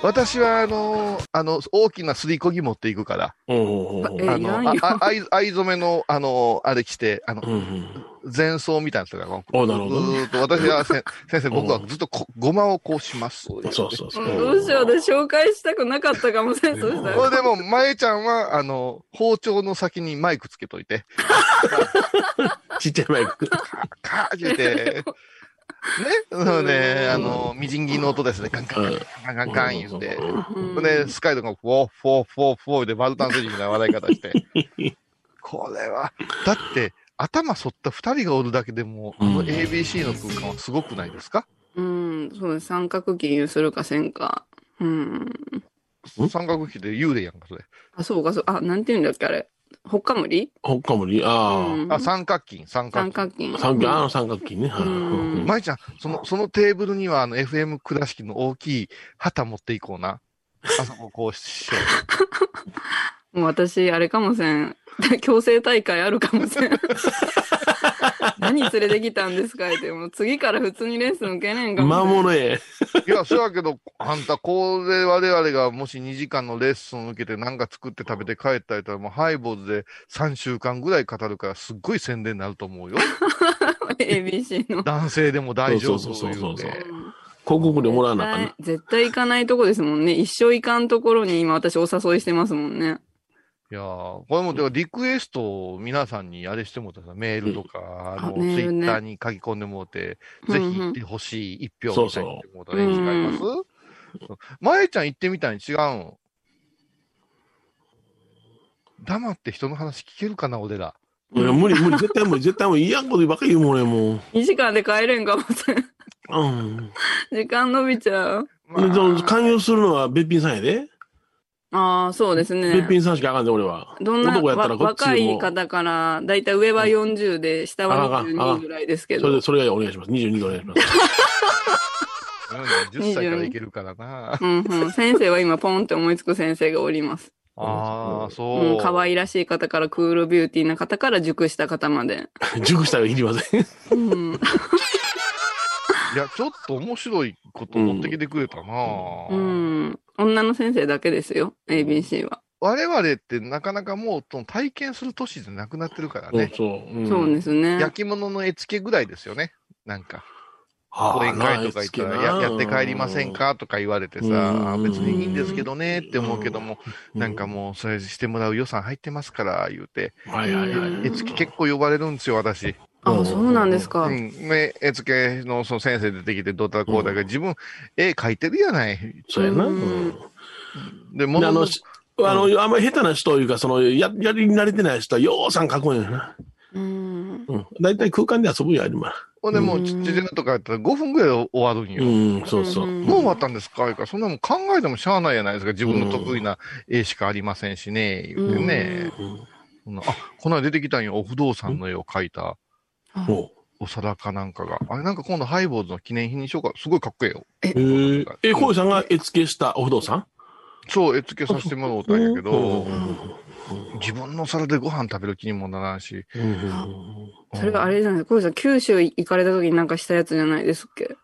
Speaker 3: 私はあのーあの、大きなすりこぎ持っていくから、
Speaker 4: うんうんうんうん
Speaker 2: え
Speaker 3: あ
Speaker 2: い
Speaker 3: の
Speaker 2: らん、
Speaker 3: あ
Speaker 2: よ
Speaker 3: あ藍藍染めの、あのーあれ着て、あの
Speaker 4: う、んうん。
Speaker 3: 前奏みたいなやつが、こう
Speaker 4: あなるほど
Speaker 3: ず
Speaker 4: ね
Speaker 3: ーっと、私はせ、 先生、
Speaker 4: ん
Speaker 3: 僕はずっとこごまをこうします。
Speaker 4: そうそうそう。
Speaker 2: どうしよう、私紹介したくなかったかもしれん、そうした
Speaker 3: こ
Speaker 2: ら。
Speaker 3: れでも、まえちゃんは、あの、包丁の先にマイクつけといて、
Speaker 4: ちっちゃいマイク。
Speaker 3: カーッ言うて、ね、そうね、あの、みじん切りの音ですね、ガンガンガンガンガンガン言うて。
Speaker 2: うん
Speaker 3: で、スカイドがフォーフォーフォーフォーでバルタンスリーみたいな笑い方して。これは、だって、頭反った二人がおるだけでも、あの
Speaker 4: うん
Speaker 3: ABC の空間はすごくないですか
Speaker 2: うん、そうです。三角金融するかせんか。うん。
Speaker 4: うん
Speaker 3: 三角比で幽霊やんか、それ。
Speaker 2: あ、そうか、そう。あ、なんて言うんだっけ、あれ。ほっかむり
Speaker 4: ほっかむり。
Speaker 2: う
Speaker 4: あ
Speaker 2: ん
Speaker 3: あ、三角筋、三角
Speaker 2: 三
Speaker 3: 筋。
Speaker 2: 角金
Speaker 4: あ。。三角、あの三角筋ね。はい
Speaker 2: うん
Speaker 3: まいちゃん、その、そのテーブルには、あの、FM 倉敷の大きい旗持っていこうな。あそここうしよう。
Speaker 2: もう私、あれかもせん。 強制大会あるかもせん。 何連れてきたんですかって。もう次から普通にレッスン受けねえんかもせん。
Speaker 4: 守れ。
Speaker 3: いや、そうやけど、あんた、これ我々がもし2時間のレッスンを受けてなんか作って食べて帰ったりとら、もうハイボーズで3週間ぐらい語るから、すっごい宣伝になると思 うよ。
Speaker 2: ABC の。
Speaker 3: 男性でも大丈
Speaker 4: そう
Speaker 3: 夫と
Speaker 4: そう
Speaker 3: い
Speaker 4: そううそ
Speaker 3: て
Speaker 4: うそう広告でもらわなあかん
Speaker 2: 絶
Speaker 4: な。
Speaker 2: 対絶対行かないとこですもんね。一生行かんところに今私お誘いしてますもんね。
Speaker 3: いやー、これも、でもリクエストを皆さんにあれしてもらったらメールとか、あの、ツイ
Speaker 2: メール
Speaker 3: ッ
Speaker 2: ね
Speaker 3: ターに書き込んでもらって、
Speaker 2: うん
Speaker 3: ぜ
Speaker 2: うん
Speaker 3: ひ行ってほしい一票みたいに言ってもらったらいいん違います
Speaker 2: そう
Speaker 3: まえちゃん行ってみたいに違うん。黙って人の話聞けるかな、俺ら。
Speaker 4: いや無理、無理、絶対無理、絶対無理。嫌なことばっかり言うもん、俺もう。
Speaker 2: 2時間で帰れんかもせん。
Speaker 4: うん。
Speaker 2: 時間伸びちゃう。
Speaker 3: まあ
Speaker 4: で、その勧誘するのはべっぴんさんやで。
Speaker 2: ああ、そうです
Speaker 4: べっぴ
Speaker 2: ね。
Speaker 4: んさんしかあかんで、俺は。
Speaker 2: どんな、
Speaker 4: 男やった
Speaker 2: わ
Speaker 4: らこっちも
Speaker 2: 若い方から、だいたい上は40で、下は22ぐらいですけ
Speaker 4: それ
Speaker 2: ど
Speaker 4: で、。それがお願いします。22でお願いします。
Speaker 3: うん10歳からいけるからな。
Speaker 2: うんうん、先生は今ポンって思いつく先生がおります。
Speaker 3: ああ、そう。
Speaker 2: うん、可愛らしい方からクールビューティーな方から熟した方まで。
Speaker 4: 熟したらいりません。
Speaker 2: うん。
Speaker 3: いや、ちょっと面白いこと持ってきてくれたな。
Speaker 2: うん。女の先生だけですよ。ABC は。
Speaker 3: 我々ってなかなかもうその体験する年じゃなくなってるから
Speaker 4: そう
Speaker 3: ね。
Speaker 4: そう。ん
Speaker 2: そうですね。
Speaker 3: 焼き物の絵付けぐらいですよね。なんか、
Speaker 4: ああ
Speaker 3: 講演会とか行ったらややって帰りません。かとか言われて
Speaker 4: うん
Speaker 3: さ、あ別にいいんですけどねって思うけども、
Speaker 4: うん
Speaker 3: なんかもうそれしてもらう予算入ってますから言うて、
Speaker 4: はいはいはい。
Speaker 3: 絵付け結構呼ばれるんですよ、私。
Speaker 2: あ、そうなんですか。
Speaker 3: う
Speaker 2: うん
Speaker 3: ん。ね、絵付けのその先生出てきて、どうたらこうだが、自分、絵描いてるやない。
Speaker 4: そうやな。
Speaker 2: う
Speaker 4: うんん
Speaker 3: で、
Speaker 4: で
Speaker 3: 物
Speaker 4: あ
Speaker 3: の
Speaker 4: の、しあの、あんまり下手な人いうか、その、や、やり慣れてない人は、ようさん書くんやな。うん。大体空間で遊ぶんや、今。
Speaker 3: ほんでもう、ちっちゃいとかやったら5分ぐらいで終わるん
Speaker 4: う
Speaker 3: よ。
Speaker 4: ん、そうそう。
Speaker 2: うん
Speaker 3: もう終わったんですか言うから、そんなもん考えてもしゃあないやないですか。自分の得意な絵しかありませんしね。言うてね。
Speaker 4: うん
Speaker 3: そんなあ、この間出てきたんよ。お不動産の絵を描いた。
Speaker 4: もう、
Speaker 3: お皿かなんかが。あれなんか今度ハイボーズの記念品にしようか。すごいかっこええよ。
Speaker 4: え、え、こうさんが絵付けしたお不動産
Speaker 3: そう、絵付けさせてもらおうたんやけ
Speaker 4: うん
Speaker 3: ど、自分の皿でご飯食べる気にもならんし。
Speaker 2: それがあれじゃないコウジさん、九州行かれた時になんかしたやつじゃないですっけ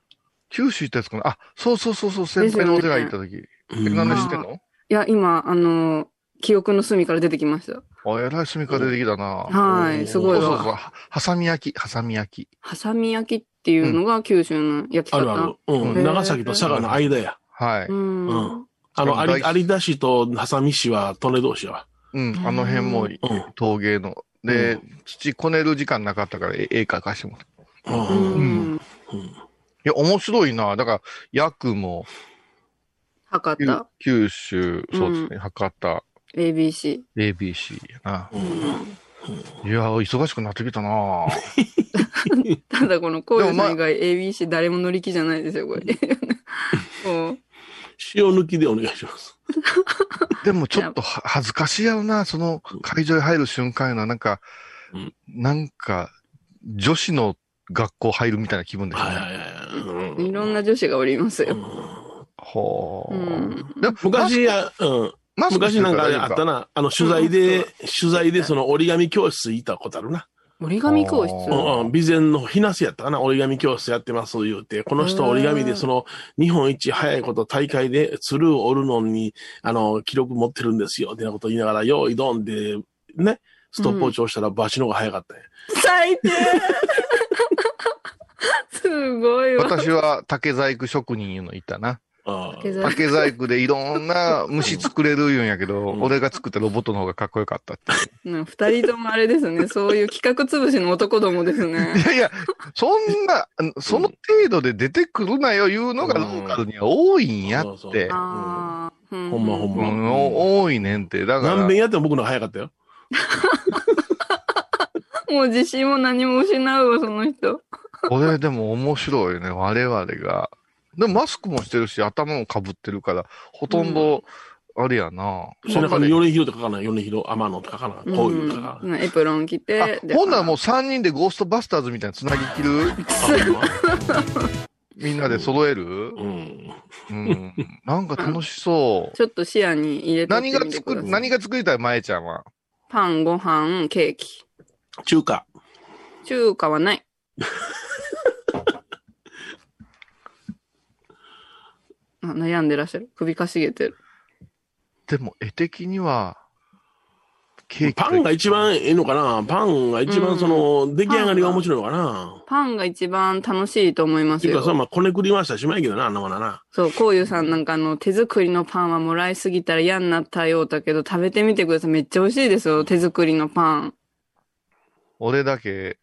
Speaker 3: 九州行ったやつかなあ、そうそうそうそう、先輩のお寺行った時。え、なんで知ってんの
Speaker 2: いや、今、あの、記憶の隅から出てきました。
Speaker 3: あ、えらい隅から出てきたな。
Speaker 2: はい、すご
Speaker 3: そ
Speaker 2: いう
Speaker 3: そうそう。
Speaker 2: わ。
Speaker 3: ははさみ焼き、はさみ焼き。
Speaker 2: ハサミ焼きっていうのが九州の焼き
Speaker 4: あ
Speaker 2: 方。
Speaker 4: るある。う
Speaker 2: へ
Speaker 4: ん。
Speaker 2: ー
Speaker 4: 長崎と佐賀の間や。
Speaker 3: はい。
Speaker 2: うん。
Speaker 4: うんあ
Speaker 3: しかも
Speaker 4: の、有
Speaker 3: 大
Speaker 4: 有田市と波佐見市は利根同士やわ。
Speaker 3: うん、あの辺も
Speaker 4: うん
Speaker 3: 陶芸の。で、土こねる時間なかったから、え絵描かしてもらった。
Speaker 4: う。
Speaker 2: うんん。
Speaker 3: いや、面白いな。だから、ヤクも、
Speaker 2: 博
Speaker 3: 九
Speaker 2: 多、
Speaker 3: 九州、そうですね、博多、
Speaker 2: ABC。
Speaker 3: ABC やな。いや、忙しくなってきたな
Speaker 2: ただこのコウジ
Speaker 3: でもま
Speaker 2: さん
Speaker 3: あ
Speaker 2: 以外 ABC 誰も乗り気じゃないですよ、これ。 そう
Speaker 4: 塩抜きでお願いします。
Speaker 3: でもちょっとは恥ずかしいやろな、その会場に入る瞬間やな、なんか
Speaker 4: うん、
Speaker 3: なんか、女子の学校入るみたいな気分でしょ
Speaker 4: はい
Speaker 3: ね。
Speaker 4: はいはいうん。
Speaker 2: いろんな女子がおりますよ。
Speaker 3: ほ
Speaker 2: う
Speaker 3: う。
Speaker 2: ん。
Speaker 3: でも
Speaker 4: 昔や、うん。
Speaker 3: マスクして
Speaker 4: 昔
Speaker 3: る
Speaker 4: なん
Speaker 3: ら
Speaker 4: か
Speaker 3: 大丈夫
Speaker 4: あったな、あの、取材で、取材でその折り紙教室行ったことあるな。
Speaker 2: 折り紙教室
Speaker 3: う
Speaker 4: うんんうん、備前のひなせやったかな、折り紙教室やってます、言うて、この人折り紙でその、日本一早いこと大会で鶴を折るのに、あの、記録持ってるんですよ、ってなこと言いながら、よいどんで、ね、ストップウォッチをしたらバチの方が早かったんや
Speaker 2: 最低 すごいわ。
Speaker 3: 私は竹細工職人いうのいたな。
Speaker 4: あ
Speaker 2: 竹
Speaker 4: ー
Speaker 2: 細
Speaker 3: 竹細工でいろんな虫作れるいうんやけど、
Speaker 4: うん
Speaker 3: 俺が作ったロボットの方がかっこよかったって。
Speaker 2: なんか二人ともあれですね。そういう企画潰しの男どもです
Speaker 3: い
Speaker 2: ね。
Speaker 3: やいや、そんな、あのその程度で出てくるなよ言うのがローカルには多いんや
Speaker 4: うんそ
Speaker 3: っ
Speaker 4: うそ
Speaker 3: て
Speaker 4: う。
Speaker 2: ああ、うん
Speaker 4: ほんまほん
Speaker 3: う
Speaker 4: ま。
Speaker 3: ん、お多いねんって。だか
Speaker 4: 何
Speaker 3: ら
Speaker 4: 遍、やっても僕の方が早かったよ。
Speaker 2: もう自信も何も失うわ、その人。
Speaker 3: これでも面白いよね、我々が。でもマスクもしてるし、頭もかぶってるから、ほとんど、あれやな。
Speaker 4: 背中に
Speaker 3: あんまり
Speaker 4: 米広って書かない、米広、天野って書かな
Speaker 2: う
Speaker 4: い、こういうと書かない。
Speaker 2: ん。エプロン着
Speaker 3: あ
Speaker 2: て。で
Speaker 3: ほんならもう3人でゴーストバスターズみたいなつなぎ切るみんなで揃える
Speaker 4: あほんまう
Speaker 3: う
Speaker 4: ん。
Speaker 3: ん。なんか楽しそう。
Speaker 2: ちょっと視野に入れて
Speaker 3: 何
Speaker 2: って
Speaker 3: が
Speaker 2: みて
Speaker 3: 作
Speaker 2: くだ
Speaker 3: る、
Speaker 2: さい。
Speaker 3: 何が作りたい、まえちゃんは。
Speaker 2: パン、ご飯、ケーキ。
Speaker 4: 中華。
Speaker 2: 中華はない。 あ悩んでらっしゃる。首かしげてる。
Speaker 3: でも、絵的には、ケーキ。
Speaker 4: パンが一番いいのかなパンが一番その、出来上がりが面白いのかな
Speaker 2: パンが一番楽しいと思いま
Speaker 4: って
Speaker 2: す
Speaker 4: いう
Speaker 2: よ
Speaker 4: か、。そまあ、こねくり回したらしまいけどな、あんなものはな。
Speaker 2: そう、こういうさんなんかあの、手作りのパンはもらいすぎたら嫌になったようだけど、食べてみてください。めっちゃ美味しいですよ、手作りのパン。
Speaker 3: 俺だけ、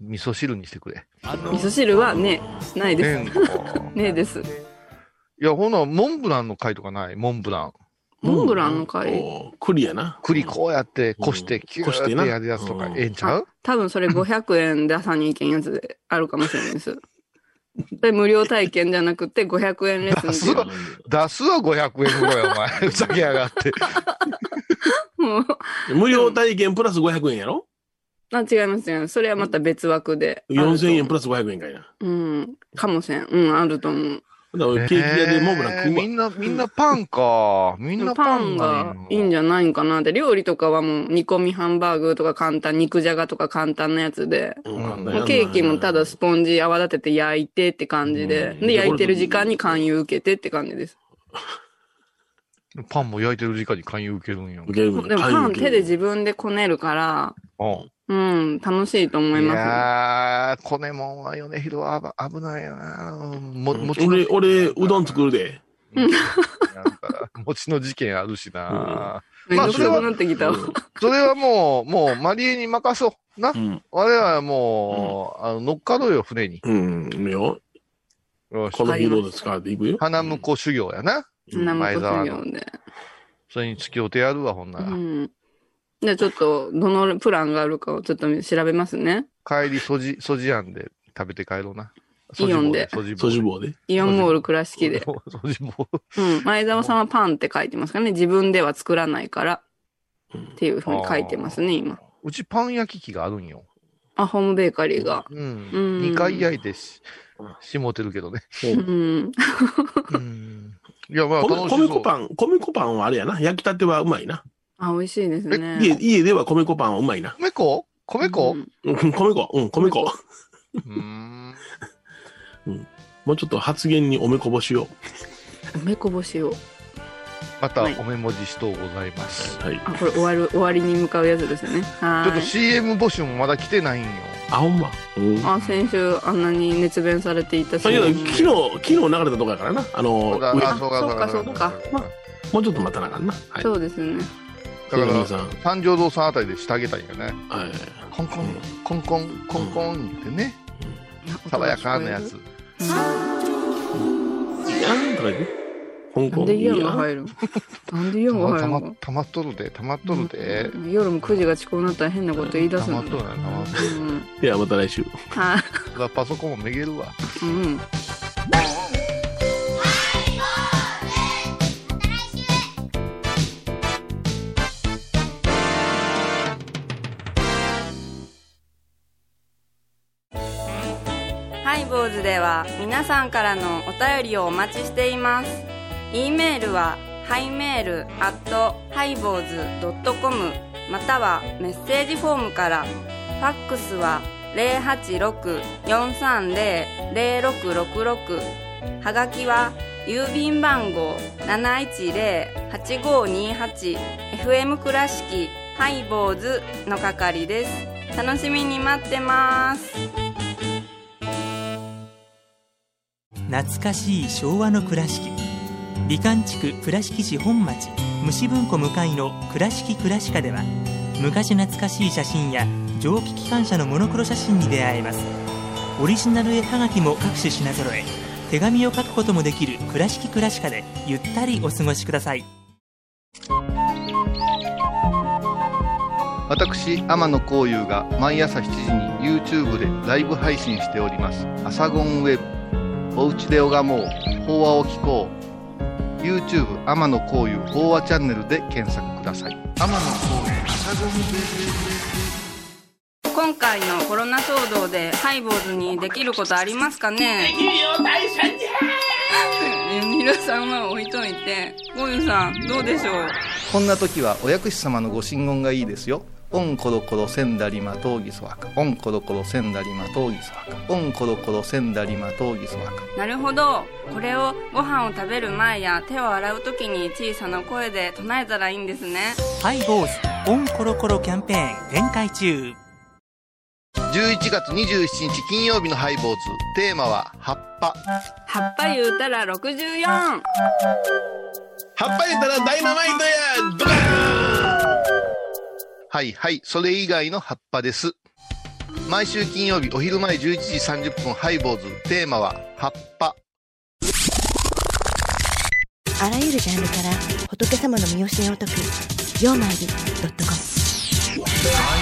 Speaker 3: 味噌汁にしてくれ。
Speaker 2: 味噌汁はね、ないです。
Speaker 3: ね
Speaker 2: ね
Speaker 3: えんか
Speaker 2: えです。
Speaker 3: いや、ほな、モンブランの回とかないモンブラン。
Speaker 2: モンブランの会。
Speaker 4: こう栗やな。
Speaker 3: 栗こうやって、こして、キュ
Speaker 4: こして
Speaker 3: ーっ
Speaker 4: な
Speaker 3: てやるやつとか
Speaker 4: う、ん
Speaker 3: ええんちゃう
Speaker 2: 多分それ500円で朝に行けんやつであるかもしれないです。で無料体験じゃなくて500円レッスンっていう
Speaker 3: 出出すわ、500円ぐらい、 お前。ふざけやがって。
Speaker 2: もう、
Speaker 4: 無料体験プラス500円やろ
Speaker 2: あ、違います違います。それはまた別枠で。
Speaker 4: ?4000。円プラス500円かいな。
Speaker 2: うん。かもしれん。うん、あると思う。
Speaker 4: だからケーキ屋でモンブラン
Speaker 3: えー
Speaker 4: 食う
Speaker 3: み
Speaker 4: わ。
Speaker 3: んな、みんなパンか。みんな
Speaker 2: パ
Speaker 3: パ
Speaker 2: ン
Speaker 3: ン
Speaker 2: がいいん
Speaker 3: じ
Speaker 2: じゃないんかなで料理とかはもう煮込みハンバーグとか簡単、肉じゃがとか簡単なやつで。
Speaker 4: うん簡単や
Speaker 2: も
Speaker 4: な
Speaker 2: うケーキもただスポンジ泡立てて焼いてって感じで。
Speaker 4: うん
Speaker 2: で、焼いてる時間に勧誘受けてって感じです。
Speaker 3: ゃパンも焼いてる時間に勧誘受けるんや。
Speaker 4: ゲーム
Speaker 2: でもパン手で自分でこねるから、
Speaker 3: うん
Speaker 2: うん、楽しいと思い
Speaker 3: い
Speaker 2: ま
Speaker 3: やー、コネモンは米広はあぶ危ないよな。も、もち
Speaker 4: 俺、俺、うどん作るで。
Speaker 3: 餅の事件あるしな。
Speaker 2: すね。
Speaker 3: ま
Speaker 2: ま
Speaker 3: あ
Speaker 2: あ、
Speaker 3: それは
Speaker 2: なってきたわ。
Speaker 3: それはもう、もう、マリエに任そう。な
Speaker 4: う。ん。
Speaker 3: 我々はもう、あの、乗っかろうよ、船に。
Speaker 4: うん。うんよ。
Speaker 3: よし
Speaker 4: この日どうですかっていくよ。
Speaker 3: 花婿修行やな。
Speaker 2: 砂
Speaker 3: 前
Speaker 2: 本
Speaker 3: 澤
Speaker 2: 修
Speaker 3: の
Speaker 2: 行で。
Speaker 3: それに付き合うてやるわ、ほんな
Speaker 2: う
Speaker 3: ら。
Speaker 2: ん。じゃあちょっと、どのプランがあるかをちょっと調べますね。
Speaker 3: 帰り、ソジ、ソジアンで食べて帰ろうな。
Speaker 2: イオンで
Speaker 3: ソジボ
Speaker 4: ソ
Speaker 3: ー
Speaker 4: ジュボーで。
Speaker 2: イオンモール倉敷 で。
Speaker 3: ソジボー
Speaker 2: うん。前澤さんはパンって書いてますからね。自分では作らないから。っていうふうに書いてますね、今。
Speaker 3: うちパン焼き器があるんよ。
Speaker 2: あ、ホームベーカリーが。
Speaker 3: う。
Speaker 2: うんん。
Speaker 3: 二回焼いてし、しもてる けどね。
Speaker 2: うん。
Speaker 3: うん。いや、まあ、楽
Speaker 4: 米
Speaker 3: しそう。
Speaker 4: 米粉パン、米粉パンはあれやな。焼きたてはうまいな。
Speaker 2: あ、美味しいですね。
Speaker 4: 家家では米粉パンはうまいな。
Speaker 3: 米粉米粉
Speaker 2: うん
Speaker 4: うん、米粉、うん、米粉。
Speaker 3: うーん。
Speaker 4: もうちょっと発言におめこぼしを。
Speaker 2: 梅こぼしを。
Speaker 3: また、
Speaker 2: はい
Speaker 3: お目文字しとうございます。
Speaker 4: はい。
Speaker 2: あ、これ終わる、終わりに向かうやつですね。は
Speaker 3: ちょっ
Speaker 2: ー
Speaker 3: と
Speaker 2: い。
Speaker 3: CM 募集もまだ来てないんよ。
Speaker 4: あ、ほんま。うん。
Speaker 2: あ、先週あんなに熱弁されていたし
Speaker 4: あいや昨日、昨日流れたとこやからな。あの、
Speaker 3: そうだ
Speaker 4: 上
Speaker 3: あそうかそうか
Speaker 2: そうか
Speaker 3: そうか
Speaker 4: もうちょっと待たなあかんな。はい。
Speaker 2: そうですね。
Speaker 3: だか
Speaker 4: 皆
Speaker 3: ら、
Speaker 4: さん。
Speaker 3: 三条堂さんあたりでしてあげたいんよね。
Speaker 4: はい。
Speaker 3: コンコン、コンコン、コンコン言ってね。爽やかなやつ。
Speaker 4: いやんとか言って。香
Speaker 2: な
Speaker 4: 港
Speaker 2: んで
Speaker 4: いや
Speaker 2: 夜が
Speaker 4: ん。
Speaker 2: 入るのなんで
Speaker 3: た
Speaker 2: 夜
Speaker 3: ま
Speaker 2: が
Speaker 3: た
Speaker 2: 入
Speaker 3: ま
Speaker 2: るの
Speaker 3: たまっとるで、たまっとるで。
Speaker 2: 夜も9時が遅刻になったら変なこと言い出
Speaker 3: た
Speaker 2: す
Speaker 3: ま
Speaker 2: の
Speaker 3: っとるな、たまっとる。
Speaker 2: うん
Speaker 4: ではまた来週。
Speaker 2: はい
Speaker 3: だからパソコンもめげるわ。
Speaker 2: うんハイボーズでは皆さんからのお便りをお待ちしています。e メールはハイメールアットハイボーズドットコムまたはメッセージフォームから。ファックスは0 8 6 4 3 0 0 6 6 6はがきは郵便番号 710-8528FM 倉敷ハイボーズの係です。楽しみに待ってます。
Speaker 10: 懐かしい昭和の倉敷美観地区倉敷市本町虫文庫向かいの「倉敷倉歯科」では昔懐かしい写真や蒸気機関車のモノクロ写真に出会えますオリジナル絵はがきも各種品揃え手紙を書くこともできる「倉敷倉歯科」でゆったりお過ごしください
Speaker 8: 私天野幸雄が毎朝7時に YouTube でライブ配信しております「アサゴンウェブ」「おうちで拝もう法話を聞こう」YouTube 天野幸雄法話チャンネルで検索ください天野幸雄アサゴンウェブ
Speaker 2: 今回のコロナ騒動でハイボーズにできることありますかねできるよ大三じゃ皆さんは置いといてゴユさんどうでしょう
Speaker 8: こんな時はお薬師様のご神言がいいですよ。オンコロコロセンダリマトウギソワカ。オンコロコロセンダリマトウギソワカ。オンコロコロセンダリマトウギソワカ。
Speaker 2: なるほどこれをご飯を食べる前や手を洗う時に小さな声で唱えたらいいんですね
Speaker 10: ハイボーズオンコロコロキャンペーン展開中
Speaker 8: 11月27日金曜日のハイボーズ。テーマは葉っぱ。
Speaker 2: 葉っぱ言うたら64
Speaker 4: 葉っぱ言ったらダイナマイトやドカーン
Speaker 8: はいはい。それ以外の葉っぱです。毎週金曜日お昼前11時30分ハイボーズ。テーマは葉っぱ。
Speaker 11: あらゆるジャンルから仏様の身教えを解く「曜マイルドットコム」
Speaker 8: ハイ